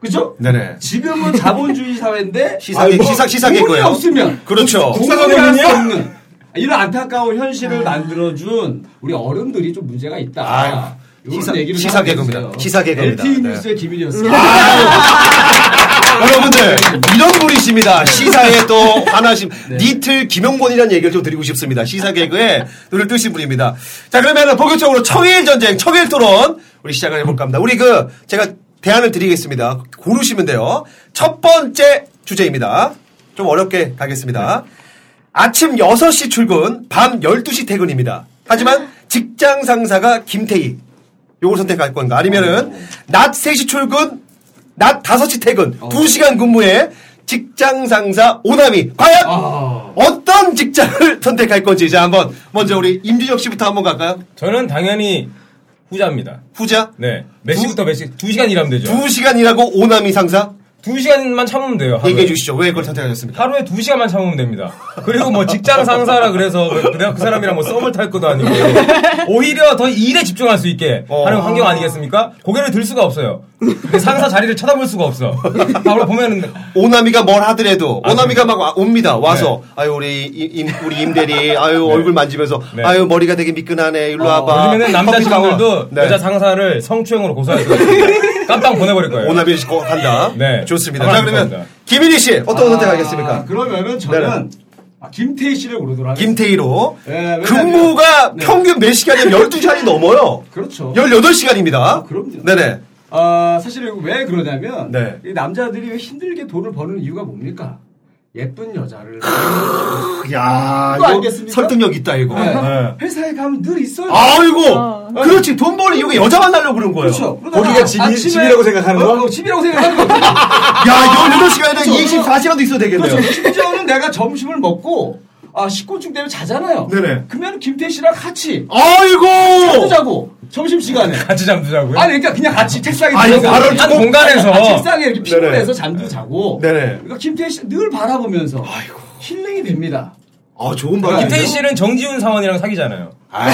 Speaker 12: 그죠?
Speaker 3: 네네.
Speaker 12: 지금은 자본주의 사회인데
Speaker 3: 시사- 시사- 시사
Speaker 12: 공이
Speaker 3: 개그예요.
Speaker 12: 없으면
Speaker 3: 그렇죠.
Speaker 12: 공부할 수
Speaker 3: 국사선생님이요?
Speaker 12: 없는 이런 안타까운 현실을 만들어준 우리 어른들이 좀 문제가 있다. 이런
Speaker 3: 시사-
Speaker 12: 얘기를
Speaker 3: 시사
Speaker 12: 좀
Speaker 3: 개그입니다.
Speaker 12: 해주세요.
Speaker 3: 시사 개그입니다.
Speaker 12: LTE
Speaker 3: 네.
Speaker 12: 뉴스의 김일이었어요.
Speaker 3: 여러분들 이런 분이십니다. 시사에 또 하나심 니틀 김용곤이라는 얘기를 좀 드리고 싶습니다. 시사 개그에 눈을 뜨신 분입니다. 자 그러면은 본격적으로 청일 전쟁, 청일 토론 우리 시작을 해볼까 합니다. 우리 그 제가 대안을 드리겠습니다. 고르시면 돼요. 첫 번째 주제입니다. 좀 어렵게 가겠습니다. 아침 6시 출근, 밤 12시 퇴근입니다. 하지만 직장 상사가 김태희. 요걸 선택할 건가? 아니면은 낮 3시 출근, 낮 5시 퇴근, 2시간 근무에 직장 상사 오남이 과연 어떤 직장을 선택할 건지 이제 한번 먼저 우리 임준혁 씨부터 한번 갈까요?
Speaker 9: 저는 당연히 후자입니다.
Speaker 3: 후자?
Speaker 9: 네. 몇 시부터 몇 시? 두 시간 일하면 되죠.
Speaker 3: 두 시간이라고 오남이 상사?
Speaker 9: 두 시간만 참으면 돼요. 하루에.
Speaker 3: 얘기해 주시죠. 왜 그걸 선택하셨습니까?
Speaker 9: 하루에 두 시간만 참으면 됩니다. 그리고 뭐 직장 상사라 그래서 그냥 그 사람이랑 뭐 썸을 탈 것도 아니고 오히려 더 일에 집중할 수 있게
Speaker 3: 어.
Speaker 9: 하는 환경 아니겠습니까? 고개를 들 수가 없어요. 근데 상사 자리를 쳐다볼 수가 없어. 바로 보면은
Speaker 3: 오나미가 뭘 하더라도
Speaker 9: 아, 네.
Speaker 3: 오나미가 막 와- 옵니다. 와서 아유 우리 임, 임- 우리 임 대리 아유 얼굴 만지면서 아유 머리가 되게 미끈하네. 일로 와봐.
Speaker 9: 네. 어, 요즘에는 남자
Speaker 3: 아, 커피 사와.
Speaker 9: 직원들도
Speaker 3: 네.
Speaker 9: 여자 상사를 성추행으로 고소할 수가 있어요. 깜빡 보내버릴 거예요.
Speaker 3: 오나미 씨 한다.
Speaker 9: 네.
Speaker 3: 좋습니다. 자 그러면 김일희 씨 어떤 선택하겠습니까?
Speaker 12: 아,
Speaker 3: 네.
Speaker 12: 그러면은 저는 아, 김태희 씨를 고르도록 하겠습니다.
Speaker 3: 김태희로
Speaker 12: 예, 왜냐면-
Speaker 3: 근무가
Speaker 12: 네.
Speaker 3: 평균 몇 시간이면 12시간이 넘어요.
Speaker 12: 그렇죠.
Speaker 3: 18시간입니다. 그럼요. 네네.
Speaker 12: 아, 사실 이거 왜 그러냐면
Speaker 3: 네.
Speaker 12: 이 남자들이 왜 힘들게 돈을 버는 이유가 뭡니까? 예쁜 여자를
Speaker 3: 야,
Speaker 12: 그거
Speaker 3: 이거
Speaker 12: 알겠습니까?
Speaker 3: 설득력 있다 이거.
Speaker 12: 네.
Speaker 3: 네.
Speaker 12: 회사에 가면 늘 있어요.
Speaker 3: 아이고, 그렇지 돈 버는 이유가 여자 만나려고 그런 거예요.
Speaker 12: 그렇죠.
Speaker 3: 거기가 집이- 집이라고 생각하는 거야?
Speaker 12: 어, 어, 집이라고 생각하는 거.
Speaker 3: 야, 18시간이면 24시간도 있어도 되겠네요.
Speaker 12: 그렇죠. 심지어는 내가 점심을 먹고 아, 19쯤 되면 자잖아요.
Speaker 3: 네네.
Speaker 12: 그러면 김태희 씨랑 같이
Speaker 3: 아이고!
Speaker 12: 잠도 자고 점심 시간에
Speaker 9: 같이 잠도 자고요.
Speaker 12: 아니 그러니까 그냥 같이 책상에
Speaker 9: 아, 이거
Speaker 12: 들어서
Speaker 9: 발언
Speaker 12: 한
Speaker 9: 좀-
Speaker 12: 아,
Speaker 9: 네네.
Speaker 12: 책상에 이렇게 피곤해서 잠도 자고
Speaker 9: 네네.
Speaker 12: 그러니까 김태희 씨 늘 바라보면서 힐링이 됩니다. 그러니까
Speaker 3: 아 좋은
Speaker 9: 김태희 씨는 정지훈 사원이랑 사귀잖아요.
Speaker 3: 아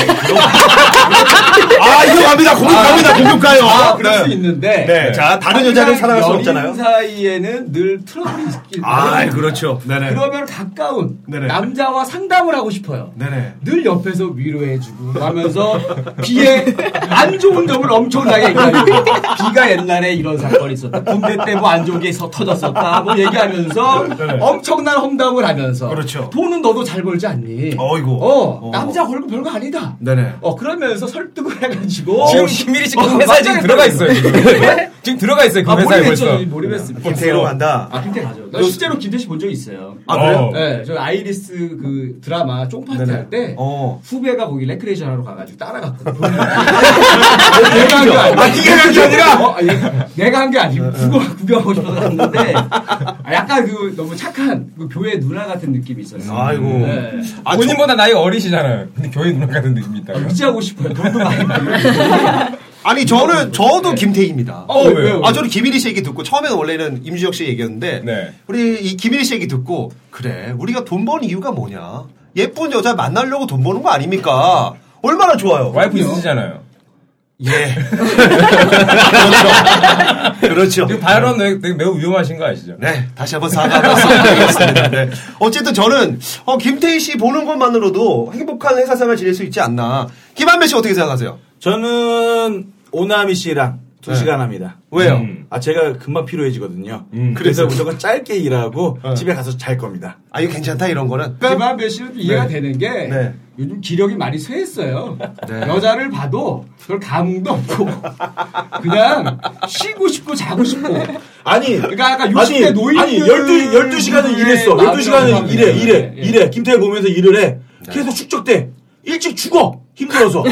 Speaker 3: 이거 갑니다. 공격 갑니다. 공격 가요.
Speaker 12: 아, 그럴 수 있는데.
Speaker 3: 어, 네. 자, 다른 여자를 사랑할 수
Speaker 12: 연인
Speaker 3: 없잖아요.
Speaker 12: 사이에는 늘 트러블이 있길
Speaker 3: 아,
Speaker 12: 바랍니다.
Speaker 3: 그렇죠. 네네.
Speaker 12: 그러면 가까운
Speaker 9: 네.
Speaker 12: 남자와 상담을 하고 싶어요.
Speaker 3: 네네.
Speaker 12: 늘 옆에서 위로해주고 하면서 비의 안 좋은 점을 엄청나게 얘기하고 비가 옛날에 이런 사건이 있었다 군대 때 뭐 안 좋은 게 있어 터졌었다 뭐 얘기하면서
Speaker 15: 네.
Speaker 12: 엄청난 험담을 하면서
Speaker 15: 그렇죠.
Speaker 3: 그렇죠.
Speaker 12: 돈은 너도 잘 벌지 않니? 어이고 남자 얼굴 별거 아니다.
Speaker 3: 네네.
Speaker 12: 어 그러면서 설득을 해가지고
Speaker 9: 지금 김일희 씨 지금 회사에 지금 들어가 있어요. 지금, 지금 들어가 있어요. 그
Speaker 12: 아,
Speaker 9: 회사에
Speaker 12: 몰입했죠.
Speaker 9: 벌써.
Speaker 12: 몰입했습니다.
Speaker 3: 김태희로 간다.
Speaker 12: 아 김태 가죠. 나
Speaker 3: 요-
Speaker 12: 실제로 김태 씨 본 적 있어요.
Speaker 3: 아, 그래요?
Speaker 12: 네, 저 아이리스 그 드라마 쫑파티
Speaker 3: 네네.
Speaker 12: 할 때 후배가 거기 레크레이션 하러 가가지고 따라갔거든.
Speaker 3: 기가 막혀. 아, 기가 막혀 아니라?
Speaker 12: 어, 내가 한 게 아니고 구경 구경하고 싶어서 갔는데 아, 약간 그 너무 착한 그 교회 누나 같은 느낌이 있었어요.
Speaker 9: 아이고.
Speaker 12: 네.
Speaker 9: 아, 본인보다 나이가 어리시잖아요. 근데 교회 누나 같은 느낌이 있다.
Speaker 12: 의지하고 싶어요. 돈도 많이
Speaker 3: 아니 저는 저도 김태희입니다.
Speaker 9: 어, 왜요? 왜요?
Speaker 3: 아 저는 김일희 씨 얘기 듣고 처음에는 원래는 임주혁 씨 얘기였는데 우리 이 김일희 씨 얘기 듣고 그래 우리가 돈 버는 이유가 뭐냐 예쁜 여자 만나려고 돈 버는 거 아닙니까? 얼마나 좋아요.
Speaker 9: 와이프 있으시잖아요.
Speaker 3: 예. 그렇죠.
Speaker 9: 그렇죠. 발언 되게, 되게 매우 위험하신 거 아시죠?
Speaker 3: 네. 다시 한번 사과드리겠습니다. 네. 어쨌든 저는 어, 김태희 씨 보는 것만으로도 행복한 회사 생활 지낼 수 있지 않나. 김한배 씨 어떻게 생각하세요?
Speaker 17: 저는 오나미 씨랑 두
Speaker 3: 네.
Speaker 17: 시간 합니다.
Speaker 3: 왜요?
Speaker 12: 음.
Speaker 17: 아 제가 금방 피로해지거든요. 그래서
Speaker 3: 그래서
Speaker 17: 무조건 짧게 일하고
Speaker 12: 어.
Speaker 17: 집에 가서 잘 겁니다.
Speaker 3: 아 이거 괜찮다 이런 거는.
Speaker 12: 김한배 씨는 또 이해가
Speaker 17: 네.
Speaker 12: 되는 게 요즘 기력이 많이 쇠했어요.
Speaker 3: 네.
Speaker 12: 여자를 봐도 별 감흥도 없고 그냥 쉬고 싶고 자고 싶고
Speaker 17: 아니
Speaker 12: 그러니까 아까 60대 네,
Speaker 17: 아니,
Speaker 12: 노인
Speaker 17: 아니 12, 12시간을 일했어. 12시간을 일해,
Speaker 12: 네,
Speaker 17: 일해, 일해. 김태희 보면서 일을 해. 계속 축적돼. 일찍 죽어. 힘들어서.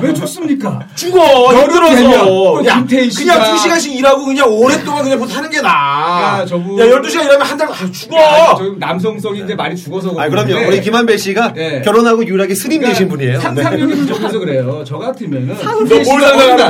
Speaker 12: 왜 죽습니까?
Speaker 17: 죽어.
Speaker 12: 여름 되면
Speaker 17: 힘들어서.
Speaker 12: 또
Speaker 17: 그냥,
Speaker 12: 김태희 씨가-
Speaker 17: 그냥 2시간씩 일하고 그냥 오랫동안 그냥 뭐 사는 게 나아.
Speaker 12: 야, 저분-
Speaker 17: 12시간 일하면 한 달, 아, 죽어.
Speaker 12: 야, 저 남성성이 이제 많이 죽어서
Speaker 3: 아
Speaker 12: 그런
Speaker 3: 그럼요.
Speaker 12: 건데 그러니까
Speaker 3: 우리 김한배 씨가 결혼하고 유일하게 스님 되신 분이에요.
Speaker 12: 네. 상상력이
Speaker 3: 네.
Speaker 12: 부족해서 그래요. 저 같으면은
Speaker 3: 상상력이
Speaker 12: 김태희 씨가
Speaker 3: 너뭘 상상하는
Speaker 12: 온다.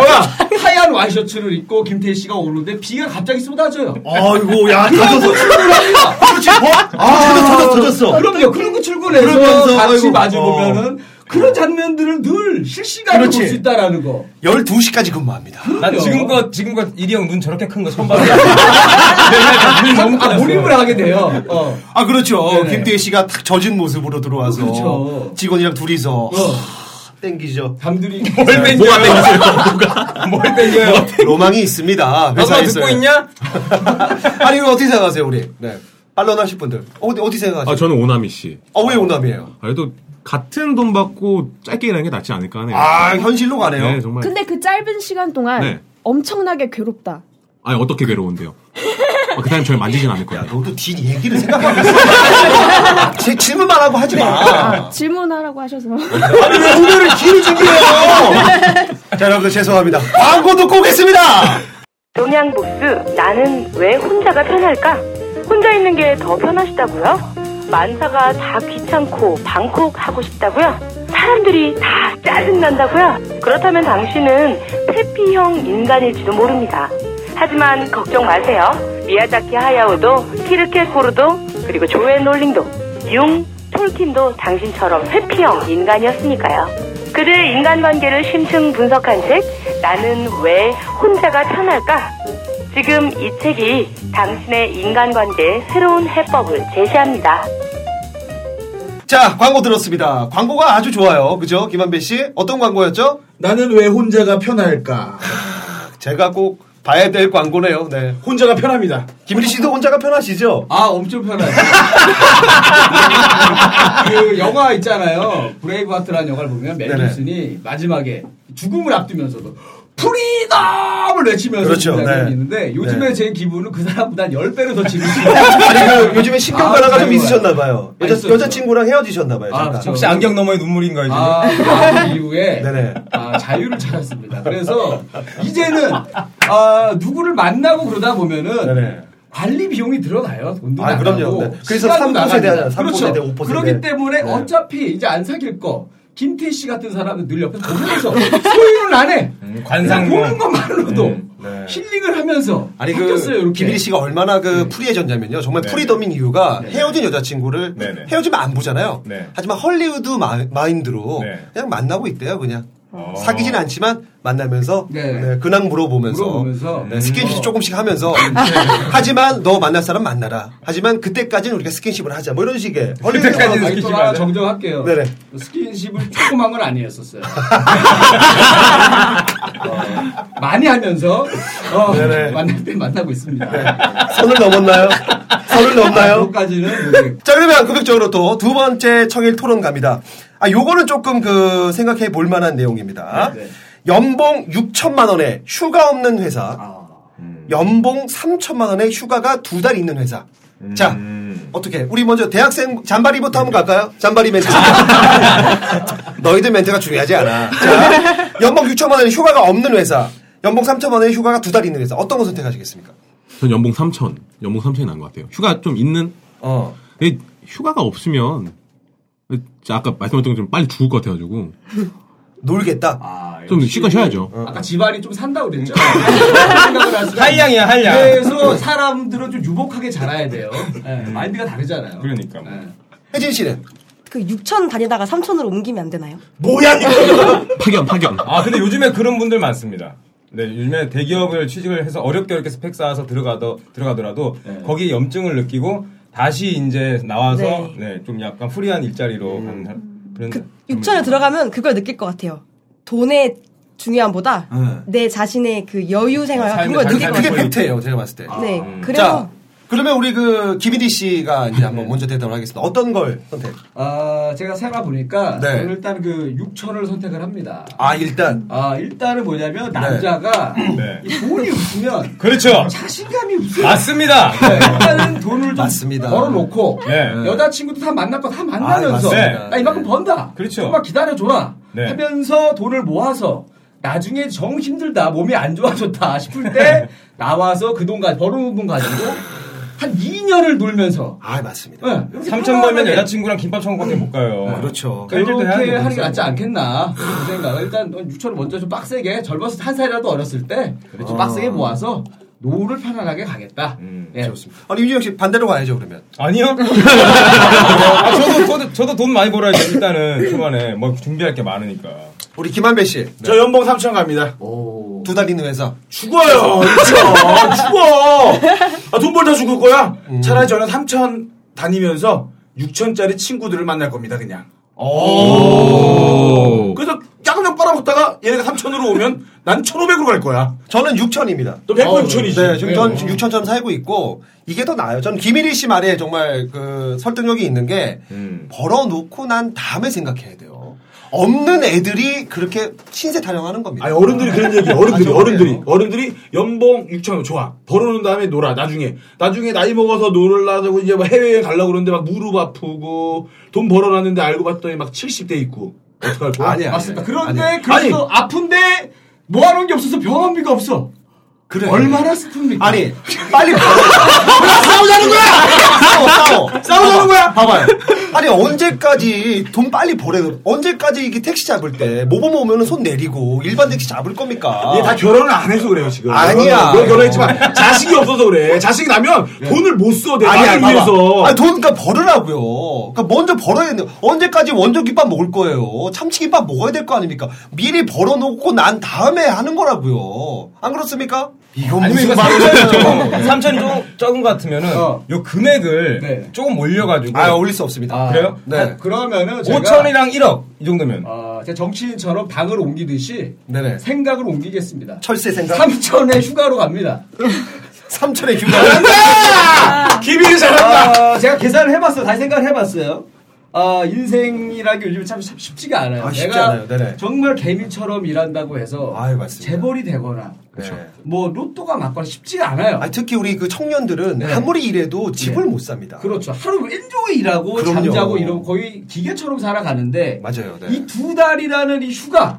Speaker 3: 거야?
Speaker 12: 하얀 와이셔츠를 입고 김태희 씨가 오는데 비가 갑자기 쏟아져요.
Speaker 3: 아이고, 야,
Speaker 12: 그러고
Speaker 3: 터졌어.
Speaker 12: 출근을 합니다.
Speaker 3: 그렇지, 뭐? 아, 터졌어, 터졌어.
Speaker 12: 그럼요. 그러고 출근해서
Speaker 3: 그러면서,
Speaker 12: 같이
Speaker 3: 아이고,
Speaker 12: 마주
Speaker 3: 어.
Speaker 12: 보면은 그런 장면들을 늘 실시간으로
Speaker 3: 그렇지.
Speaker 12: 볼 수 있다라는 거.
Speaker 3: 12시까지 근무합니다.
Speaker 9: 난 지금껏, 지금껏 이리 형 눈 저렇게 큰 거 처음 봤어요.
Speaker 12: 아, 몰입을 하게 돼요.
Speaker 9: 어.
Speaker 12: 어.
Speaker 3: 아, 그렇죠.
Speaker 12: 네네.
Speaker 3: 김태희 씨가 탁 젖은 모습으로 들어와서
Speaker 12: 그렇죠.
Speaker 3: 직원이랑 둘이서 하, 땡기죠.
Speaker 12: 담들이
Speaker 3: 뭘 땡겨요? 뭐가 땡기죠? 뭐,
Speaker 9: 뭘 땡겨요?
Speaker 3: 로망이 있습니다.
Speaker 9: 엄마
Speaker 3: 회사에
Speaker 9: 듣고
Speaker 3: 있어요.
Speaker 9: 있냐?
Speaker 3: 아니, 이거 어떻게 생각하세요, 우리? 네. 빨론 하실 분들. 어, 어떻게 생각하세요?
Speaker 11: 아 저는 오나미 씨.
Speaker 3: 아, 왜 오남이에요?
Speaker 11: 그래도 같은 돈 받고 짧게 일하는 게 낫지 않을까 하네요.
Speaker 3: 아, 현실로 아, 가네요.
Speaker 11: 네, 정말.
Speaker 7: 근데 그 짧은 시간 동안
Speaker 11: 네.
Speaker 7: 엄청나게 괴롭다.
Speaker 11: 아니 어떻게 괴로운데요? 아, 그 사람 저를 만지진 않을 거예요.
Speaker 3: 너도 뒤 얘기를 생각하고 제 질문만 하고 하지 마.
Speaker 18: 질문하라고 하셔서.
Speaker 3: 네. 아니 왜 오늘은 길을 준비해요? 자 여러분들 죄송합니다. 광고 듣고 오겠습니다.
Speaker 19: 동양복수 나는 왜 혼자가 편할까? 혼자 있는 게 더 편하시다고요? 만사가 다 귀찮고 방콕하고 싶다고요? 사람들이 다 짜증난다고요? 그렇다면 당신은 회피형 인간일지도 모릅니다. 하지만 걱정 마세요. 미야자키 어? 하야오도 키르케코르도 그리고 조앤 롤링도 융, 톨킨도 당신처럼 회피형 인간이었으니까요. 그들 인간관계를 심층 분석한 책 나는 왜 혼자가 편할까? 지금 이 책이 당신의 인간관계의 새로운 해법을 제시합니다.
Speaker 3: 자 광고 들었습니다. 광고가 아주 좋아요. 그죠? 김한배 씨 어떤 광고였죠?
Speaker 6: 나는 왜 혼자가 편할까?
Speaker 3: 제가 꼭 봐야 될 광고네요. 네.
Speaker 6: 혼자가 편합니다.
Speaker 3: 김리 씨도 혼자가 편하시죠?
Speaker 12: 아 엄청 편해요. 그 영화 있잖아요. 브레이브하트라는 영화를 보면 멜
Speaker 6: 네네.
Speaker 12: 깁슨이 마지막에 죽음을 앞두면서도 프리덤을 외치면서
Speaker 6: 그렇죠,
Speaker 12: 죽는 장면이
Speaker 6: 네.
Speaker 12: 있는데 요즘에 제 기분은 그 사람보다 10배로 더 지금 네.
Speaker 3: 아니 그 요즘에 신경 변화가 좀 있으셨나 봐요.
Speaker 12: 아,
Speaker 3: 여자
Speaker 12: 있었죠.
Speaker 3: 여자친구랑 헤어지셨나 봐요. 잠깐.
Speaker 9: 아, 혹시 안경 너머의 눈물인가요 지금?
Speaker 12: 아, 그 이후에 아, 자유를 찾았습니다. 그래서 이제는 아, 누구를 만나고 그러다 보면은 관리 비용이 들어가요. 돈도
Speaker 3: 아,
Speaker 12: 나가고
Speaker 3: 그럼요. 네. 그래서
Speaker 12: 시간도
Speaker 3: 3% 세대 하잖아요.
Speaker 12: 나가고.
Speaker 3: 3% 세대, 5% 세대.
Speaker 12: 그렇기 때문에
Speaker 3: 네.
Speaker 12: 어차피 이제 안 사귈 거. 김태희 씨 같은 사람은 늘 옆에서 보면서 소유를 안 해.
Speaker 9: 음, 관상용. 뭐. 음,
Speaker 12: 보는
Speaker 9: 네.
Speaker 12: 것만으로도 힐링을 하면서
Speaker 3: 아니
Speaker 12: 바뀌었어요.
Speaker 3: 그
Speaker 12: 이렇게.
Speaker 3: 김일희 씨가 얼마나 그
Speaker 6: 네.
Speaker 3: 프리해졌냐면요. 정말 프리덤인 이유가 헤어진 여자친구를
Speaker 6: 네,
Speaker 3: 헤어지면 안 보잖아요. 하지만 헐리우드 마, 인드로
Speaker 6: 네.
Speaker 3: 그냥 만나고 있대요. 그냥
Speaker 6: 어.
Speaker 3: 사귀진 않지만 만나면서 네, 근황 물어보면서,
Speaker 6: 음.
Speaker 3: 네,
Speaker 6: 어.
Speaker 3: 스킨십 조금씩 하면서
Speaker 6: 네.
Speaker 3: 하지만 너 만날 사람 만나라. 하지만 그때까지는 우리가 스킨십을 하자. 뭐 이런 식의
Speaker 12: 그때까지는 스킨십 하나 정정할게요.
Speaker 3: 네네.
Speaker 12: 스킨십을 조금 한건 아니었었어요. 어, 많이 하면서 어, 만날 때 만나고 있습니다. 아,
Speaker 3: 네. 선을 넘었나요? 선을 넘나요?
Speaker 12: 그것까지는 네.
Speaker 3: 자 그러면 본격적으로 또 두 번째 청일 토론 갑니다. 아 요거는 조금 그 생각해 볼 만한 내용입니다. 연봉 6천만 원에 휴가 없는 회사, 음. 연봉 3천만 원에 휴가가 두 달 있는 회사. 자 어떻게 우리 먼저 대학생 잔바리부터 한번 갈까요? 잔바리 멘트. 너희들 멘트가 중요하지 않아. 자, 연봉 6천만 원에 휴가가 없는 회사, 연봉 3천만 원에 휴가가 두 달 있는 회사. 어떤 거 선택하시겠습니까?
Speaker 11: 전 연봉 3천, 연봉 3천이 난 것 같아요. 휴가 좀 있는. 근데 휴가가 없으면 아까 말씀드렸던 것처럼 빨리 죽을 것 같아가지고
Speaker 3: 놀겠다.
Speaker 6: 아.
Speaker 9: 아,
Speaker 11: 좀
Speaker 9: 네.
Speaker 11: 쉬고 쉬어야죠.
Speaker 12: 아까 집안이 좀 산다 고 그랬죠.
Speaker 9: 음.
Speaker 12: 네.
Speaker 9: 한량이야, 한량.
Speaker 12: 그래서 사람들은 좀 유복하게 자라야 돼요. 예, 마인드가 다르잖아요.
Speaker 9: 음.
Speaker 12: 네.
Speaker 9: 그러니까.
Speaker 3: 혜진 씨는
Speaker 8: 그 6천 다니다가 3천으로 옮기면 안 되나요?
Speaker 3: 뭐야
Speaker 8: 아,
Speaker 9: 이거?
Speaker 11: 파견 파견.
Speaker 9: 아 근데 요즘에 그런 분들 많습니다. 네 요즘에 대기업을 취직을 해서 어렵게 어렵게 스펙 쌓아서 들어가더 들어가더라도
Speaker 12: 네.
Speaker 9: 거기에 염증을 느끼고 다시 이제 나와서 네좀 약간 프리한 일자리로
Speaker 12: 음.
Speaker 9: 가는 사- 그런
Speaker 8: 6천에 들어가면 그걸 느낄 것 같아요. 돈의 중요함보다 내 자신의 그 여유 생활과 그런 걸
Speaker 3: 그게,
Speaker 8: 느낄 것
Speaker 3: 그게
Speaker 8: 같아요.
Speaker 3: 팩트예요, 제가 봤을 때.
Speaker 8: 네,
Speaker 3: 자,
Speaker 8: 그래서
Speaker 3: 그러면 우리 그 김희디 씨가 이제
Speaker 6: 네.
Speaker 3: 한번 먼저 대답을 하겠습니다. 어떤 걸 선택?
Speaker 12: 아, 제가 생각해보니까
Speaker 3: 네.
Speaker 12: 저는 일단 그 6천을 선택을 합니다.
Speaker 3: 아 일단
Speaker 12: 아 일단은 뭐냐면 남자가
Speaker 9: 네.
Speaker 12: 이 돈이 없으면
Speaker 9: 그렇죠.
Speaker 12: 자신감이 없어요.
Speaker 9: 맞습니다.
Speaker 12: 네. 일단은 돈을 좀
Speaker 3: 맞습니다.
Speaker 12: 벌어놓고
Speaker 9: 네.
Speaker 12: 여자친구도 다 만날 거 다 만나면서
Speaker 9: 아, 맞습니다.
Speaker 12: 나 이만큼 번다. 그렇죠. 조금만 기다려줘라.
Speaker 9: 네.
Speaker 12: 하면서 돈을 모아서 나중에 정 힘들다 몸이 안 좋아졌다 싶을
Speaker 9: 네.
Speaker 12: 때 나와서 그 돈 가지고 벌어놓은 돈 가지고 한 2년을 놀면서 네.
Speaker 3: 아 맞습니다.
Speaker 12: 이렇게
Speaker 9: 3천 벌면
Speaker 12: 편안하게.
Speaker 9: 여자친구랑 김밥 천국밖에 못
Speaker 12: 네.
Speaker 9: 가요.
Speaker 6: 네.
Speaker 3: 그렇죠.
Speaker 12: 이렇게 하는 게 낫지 않겠나 그런 생각. 일단 6천을 먼저 좀 빡세게 젊었을 때 한 살이라도 어렸을 때 좀
Speaker 3: 그렇죠.
Speaker 12: 빡세게 모아서 노후를 편안하게 가겠다.
Speaker 9: 음.
Speaker 12: 예. 좋습니다.
Speaker 3: 아니 유지영 씨 반대로 가야죠 그러면.
Speaker 9: 아니요. 아, 저도, 저도 저도 돈 많이 벌어야죠 일단은 초반에 뭐 준비할 게 많으니까.
Speaker 3: 우리 김한배 씨.
Speaker 6: 저 연봉 3천 갑니다. 뭐.
Speaker 3: 두 달 있는 회사.
Speaker 6: 죽어요. 아, 죽어. 죽어. 아, 돈 벌다 죽을 거야. 차라리 저는 3천 다니면서 6천짜리 친구들을 만날 겁니다. 그냥. 그래서 짜그냥 빨아먹다가 얘네가 3천으로 오면 난 1,500으로 갈 거야.
Speaker 3: 저는 6천입니다.
Speaker 6: 너 100번 6천이지.
Speaker 3: 네, 지금 전 6천처럼 살고 있고 이게 더 나아요. 전 김일희 씨
Speaker 6: 음.
Speaker 3: 말에 정말 그 설득력이 있는 게 벌어놓고 난 다음에 생각해야 돼요. 없는 애들이 그렇게 신세 타령하는 겁니다.
Speaker 6: 아니 어른들이 그런 얘기 어른들이 어른들이 어른들이 연봉 6천 원 좋아 벌어놓은 다음에 놀아 나중에 나중에 나이 먹어서 놀으려고 이제 막 해외여행 가려고 그러는데 막 무릎 아프고 돈 벌어놨는데 알고 봤더니 막 70대 있고 어떡할 거야
Speaker 12: 아니야, 맞습니다. 그런데 그래서 아픈데 모아놓은 게 없어서 병원비가 없어.
Speaker 3: 그래.
Speaker 12: 얼마나 슬픕니까?
Speaker 3: 아니 빨리
Speaker 12: 싸우자는
Speaker 3: 싸워, 싸워.
Speaker 12: 싸우자는 거야.
Speaker 3: 봐봐요. 아니 언제까지 돈 빨리 벌어 언제까지 이게 택시 잡을 때 모범 오면은 손 내리고 일반 택시 잡을 겁니까?
Speaker 6: 예, 얘다 결혼을 안 해서 그래요 지금
Speaker 3: 아니야. 네.
Speaker 6: 너 결혼했지만 자식이 없어서 그래 자식이 나면 돈을 못써 내
Speaker 3: 아니야,
Speaker 6: 나를
Speaker 3: 봐봐.
Speaker 6: 위해서
Speaker 3: 아니, 돈, 그니까 벌으라고요. 그니까 먼저 벌어야 돼요. 언제까지 원조 김밥 먹을 거예요? 참치 김밥 먹어야 될 거 아닙니까? 미리 벌어놓고 난 다음에 하는 거라고요. 안 그렇습니까? 이건
Speaker 9: 아니,
Speaker 3: 무슨
Speaker 9: 그러니까
Speaker 3: 말이에요?
Speaker 9: 3천이 삼천이 좀 적은 것 같으면은 요 금액을 조금 어. 네. 올려가지고
Speaker 3: 아, 올릴 수 없습니다.
Speaker 9: 그래요?
Speaker 12: 네.
Speaker 6: 아,
Speaker 12: 그러면은 제가-
Speaker 9: 5천이랑 1억 이 정도면
Speaker 12: 아, 제가 정치인처럼 방을 옮기듯이
Speaker 9: 네네.
Speaker 12: 생각을 옮기겠습니다.
Speaker 3: 철새 생각?
Speaker 12: 삼천에 휴가로 갑니다.
Speaker 3: 삼천에
Speaker 12: 휴가로
Speaker 6: 간다! 아, 기밀이 잘한다!
Speaker 12: 아, 제가 계산을 해봤어요. 다시 생각을 해봤어요. 아, 인생이라는 게 요즘 참, 참 쉽지가 않아요.
Speaker 3: 아, 쉽지
Speaker 12: 내가
Speaker 3: 않아요. 네네.
Speaker 12: 정말 개미처럼 일한다고 해서 재벌이 되거나 뭐 로또가 맞거나 쉽지가 않아요.
Speaker 3: 특히 우리 그 청년들은
Speaker 6: 네.
Speaker 3: 아무리 일해도 집을 못 삽니다.
Speaker 12: 그렇죠. 하루 일종일 일하고
Speaker 3: 그럼요.
Speaker 12: 잠자고 이런 거의 기계처럼 살아가는데
Speaker 3: 맞아요. 네.
Speaker 12: 이 두 달이라는 이 휴가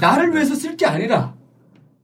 Speaker 12: 나를 위해서 쓸 게 아니라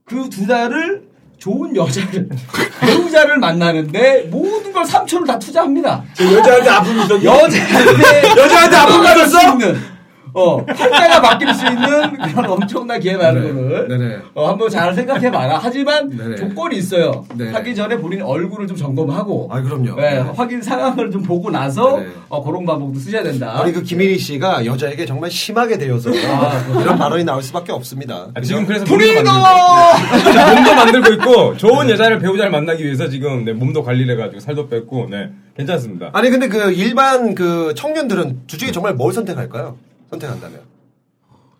Speaker 12: 그 두 달을 좋은 여자를 배우자를 만나는데 모든 걸 3초를 다 투자합니다.
Speaker 6: 저그 여자한테 아픔이 있었니?
Speaker 12: 여자한테
Speaker 6: 여자한테 아픔이
Speaker 12: 받을
Speaker 6: 있었어?
Speaker 12: 수 있는 어 팔자가 바뀔 수 있는 그런 엄청난 기회라는 거를
Speaker 6: 네,
Speaker 12: 어, 한번 잘 생각해봐라. 하지만
Speaker 9: 네네.
Speaker 12: 조건이 있어요.
Speaker 9: 네.
Speaker 12: 하기 전에 본인 얼굴을 좀 점검하고
Speaker 3: 아 그럼요.
Speaker 12: 네, 확인 상황을 좀 보고 나서
Speaker 6: 네.
Speaker 12: 어, 그런 방법도 쓰셔야 된다.
Speaker 3: 우리 그 김일희 씨가 여자에게 정말 심하게 대여서
Speaker 6: 아,
Speaker 3: 이런 발언이 나올 수밖에 없습니다.
Speaker 9: 지금 그래서
Speaker 3: 불이도!
Speaker 9: 자, 몸도 만들고 네. 있고 좋은 여자를 배우자를 만나기 위해서 지금 네, 몸도 관리를 해가지고 살도 뺐고 네 괜찮습니다.
Speaker 3: 아니 근데 그 일반 그 청년들은 둘 중에 정말 뭘 선택할까요? 선택한다면?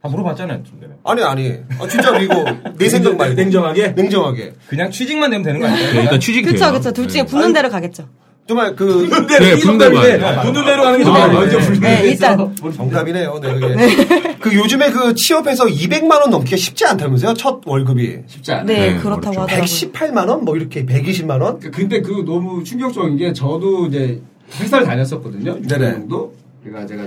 Speaker 9: 아 물어봤잖아요 좀 전에.
Speaker 3: 아니 아니 아, 진짜로 이거 내 생각 말고
Speaker 6: 냉정하게
Speaker 3: 냉정하게
Speaker 9: 그냥 취직만 되면 되는 거 아니에요?
Speaker 11: 네, 일단 취직
Speaker 8: 그쵸, 그쵸. 둘 중에 붙는 대로 가겠죠.
Speaker 3: 정말 그
Speaker 6: 붙는
Speaker 11: 대로 네, 붙는 대로 가야 돼요.
Speaker 6: 붙는 대로
Speaker 12: 아,
Speaker 6: 가는 게 정말 먼저 붙는
Speaker 8: 네,
Speaker 6: 대로.
Speaker 8: 일단.
Speaker 12: 뭐,
Speaker 3: 정답이네요. 네, 그게. 그 요즘에 그 취업해서 200만 원 넘기가 쉽지 않다면서요? 첫 월급이
Speaker 12: 쉽지
Speaker 8: 네,
Speaker 3: 그렇죠.
Speaker 8: 그렇다고 하더라고요.
Speaker 3: 118만 원 뭐 이렇게 120만 원?
Speaker 12: 근데 그 너무 충격적인 게 저도 이제 회사를 다녔었거든요. 6년
Speaker 3: 네네.
Speaker 12: 정도. 그러니까 제가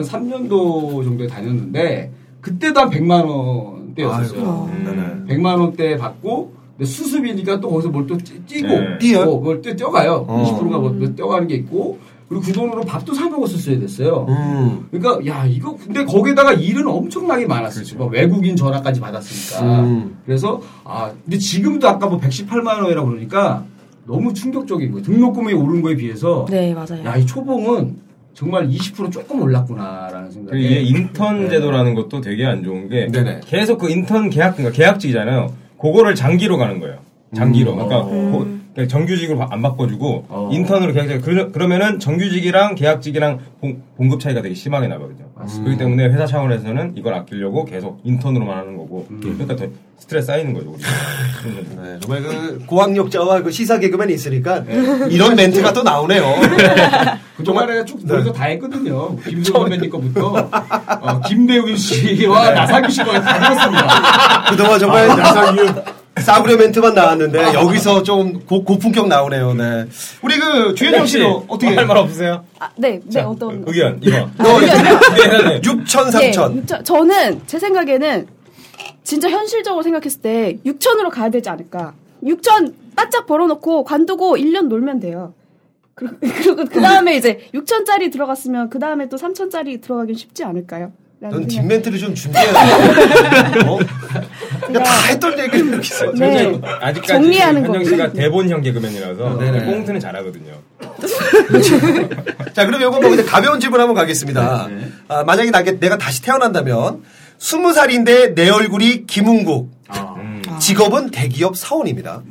Speaker 12: 2003년도 정도에 다녔는데 그때도 한 100만 원대였었어요.
Speaker 3: 아이고. 음.
Speaker 12: 100만 원대 받고 근데 수습이니까 또 거기서 뭘 또 뛰고
Speaker 3: 네. 뛰어요?
Speaker 12: 어, 뭘또 뛰어가요.
Speaker 3: 어.
Speaker 12: 20%가 뭐 뛰어가는 게 있고 그리고 그 돈으로 밥도 사 먹었었어야 됐어요.
Speaker 3: 음.
Speaker 6: 음.
Speaker 12: 그러니까 야 이거 근데 거기다가 일은 엄청나게 많았어요. 뭐 외국인 전화까지 받았으니까.
Speaker 3: 그렇죠. 음.
Speaker 12: 그래서 아 근데 지금도 아까 뭐 118만 원이라고 그러니까 너무 충격적인 거예요. 등록금이 오른 거에 비해서
Speaker 8: 네, 맞아요.
Speaker 12: 야 이 초봉은 정말 20% 조금 올랐구나라는 생각이.
Speaker 3: 예,
Speaker 9: 그리고 이게 인턴 제도라는 것도 되게 안 좋은 게 계속 그 인턴 계약 그러니까 계약직이잖아요. 그거를 장기로 가는 거예요. 장기로. 그러니까, 고- 그러니까 정규직으로 바- 안 바꿔주고 인턴으로 계약직 그러, 그러면은 정규직이랑 계약직이랑 봉, 봉급 차이가 되게 심하게 나거든요. 그렇기 때문에 회사 차원에서는 이걸 아끼려고 계속 인턴으로만 하는 거고 그러니까 더 스트레스 쌓이는 거죠. 우리.
Speaker 3: 네, 정말 그 고학력자와 그 시사 개그맨이 있으니까 이런 멘트가 또 나오네요.
Speaker 12: 그동안 내가 쭉
Speaker 3: 네.
Speaker 12: 노래도 다 했거든요. 뭐 김종배님 거부터 어, 김대훈 씨와
Speaker 3: 네.
Speaker 12: 나상규 씨가 다 들었습니다.
Speaker 3: 그동안 정말
Speaker 12: 아,
Speaker 3: 싸구려 멘트만 나왔는데 여기서 좀 고, 고품격 나오네요. 네. 우리 그 주현정 씨도 어떻게
Speaker 9: 할말 없으세요?
Speaker 7: 아, 네, 네, 어떤.
Speaker 9: 의견 이거.
Speaker 3: 네, 육천
Speaker 7: 예,
Speaker 3: 삼천.
Speaker 7: 육천. 저는 제 생각에는 진짜 현실적으로 생각했을 때 6천으로 가야 되지 않을까. 6천 바짝 벌어놓고 관두고 1년 놀면 돼요. 그리고, 그 다음에 이제 6천짜리 들어갔으면 그 다음에 또 3천짜리 들어가긴 쉽지 않을까요? 라는
Speaker 3: 넌
Speaker 7: 생각.
Speaker 3: 뒷멘트를 좀 준비해야 돼. 어? 그냥 다 했던 얘기를 이렇게 써.
Speaker 9: 저는 아직까지
Speaker 7: 정리하는 거.
Speaker 9: 현정 씨가 대본형 개그맨이라서
Speaker 3: 네네.
Speaker 9: 꽁트는 잘하거든요.
Speaker 3: 자, 그럼 요거 뭐 근데 가벼운 질문 한번 가겠습니다. 아, 만약에 나게 내가 다시 태어난다면 스무 살인데 내 얼굴이 김웅국. 직업은 대기업 사원입니다.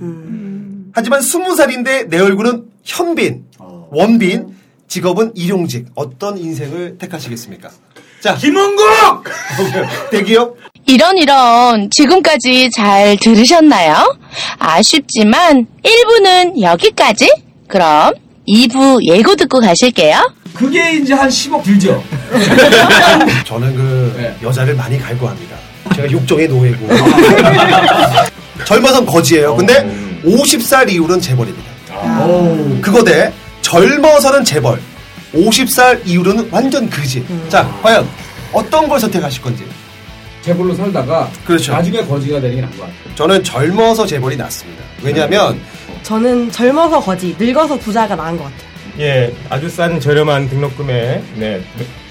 Speaker 3: 하지만 스무 살인데 내 얼굴은 현빈, 원빈, 직업은 일용직. 어떤 인생을 택하시겠습니까? 자,
Speaker 6: 김웅국
Speaker 3: 대기업
Speaker 4: 이런 이런 지금까지 잘 들으셨나요? 아쉽지만 1부는 여기까지. 그럼 2부 예고 듣고 가실게요.
Speaker 12: 그게 이제 한 10억 들죠.
Speaker 3: 저는 그 여자를 많이 갈구합니다. 제가 욕정의 노예고 젊어선 거지예요. 근데 50살 이후는 재벌입니다. 아. 그거 대 젊어서는 재벌, 50살 이후로는 완전 그지. 자, 과연 어떤 걸 선택하실 건지.
Speaker 12: 재벌로 살다가
Speaker 3: 그렇죠.
Speaker 12: 나중에 거지가 되는 게 나은 것 같아요.
Speaker 3: 저는 젊어서 재벌이 낫습니다. 왜냐하면
Speaker 8: 저는 젊어서 거지, 늙어서 부자가 나은 것 같아요.
Speaker 9: 예, 아주 싼 저렴한 등록금에 네,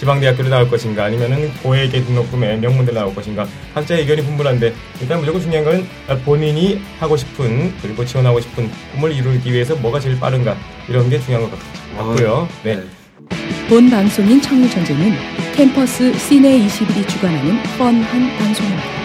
Speaker 9: 지방대학교를 나올 것인가 아니면은 고액의 등록금에 명문대 나올 것인가 각자의 의견이 분분한데 일단 무조건 중요한 건 본인이 하고 싶은 그리고 지원하고 싶은 꿈을 이루기 위해서 뭐가 제일 빠른가 이런 게 중요한 것 같- 같고요. 네.
Speaker 5: 본 방송인 청일전쟁은 캠퍼스 시내 21이 주관하는 뻔한 방송입니다.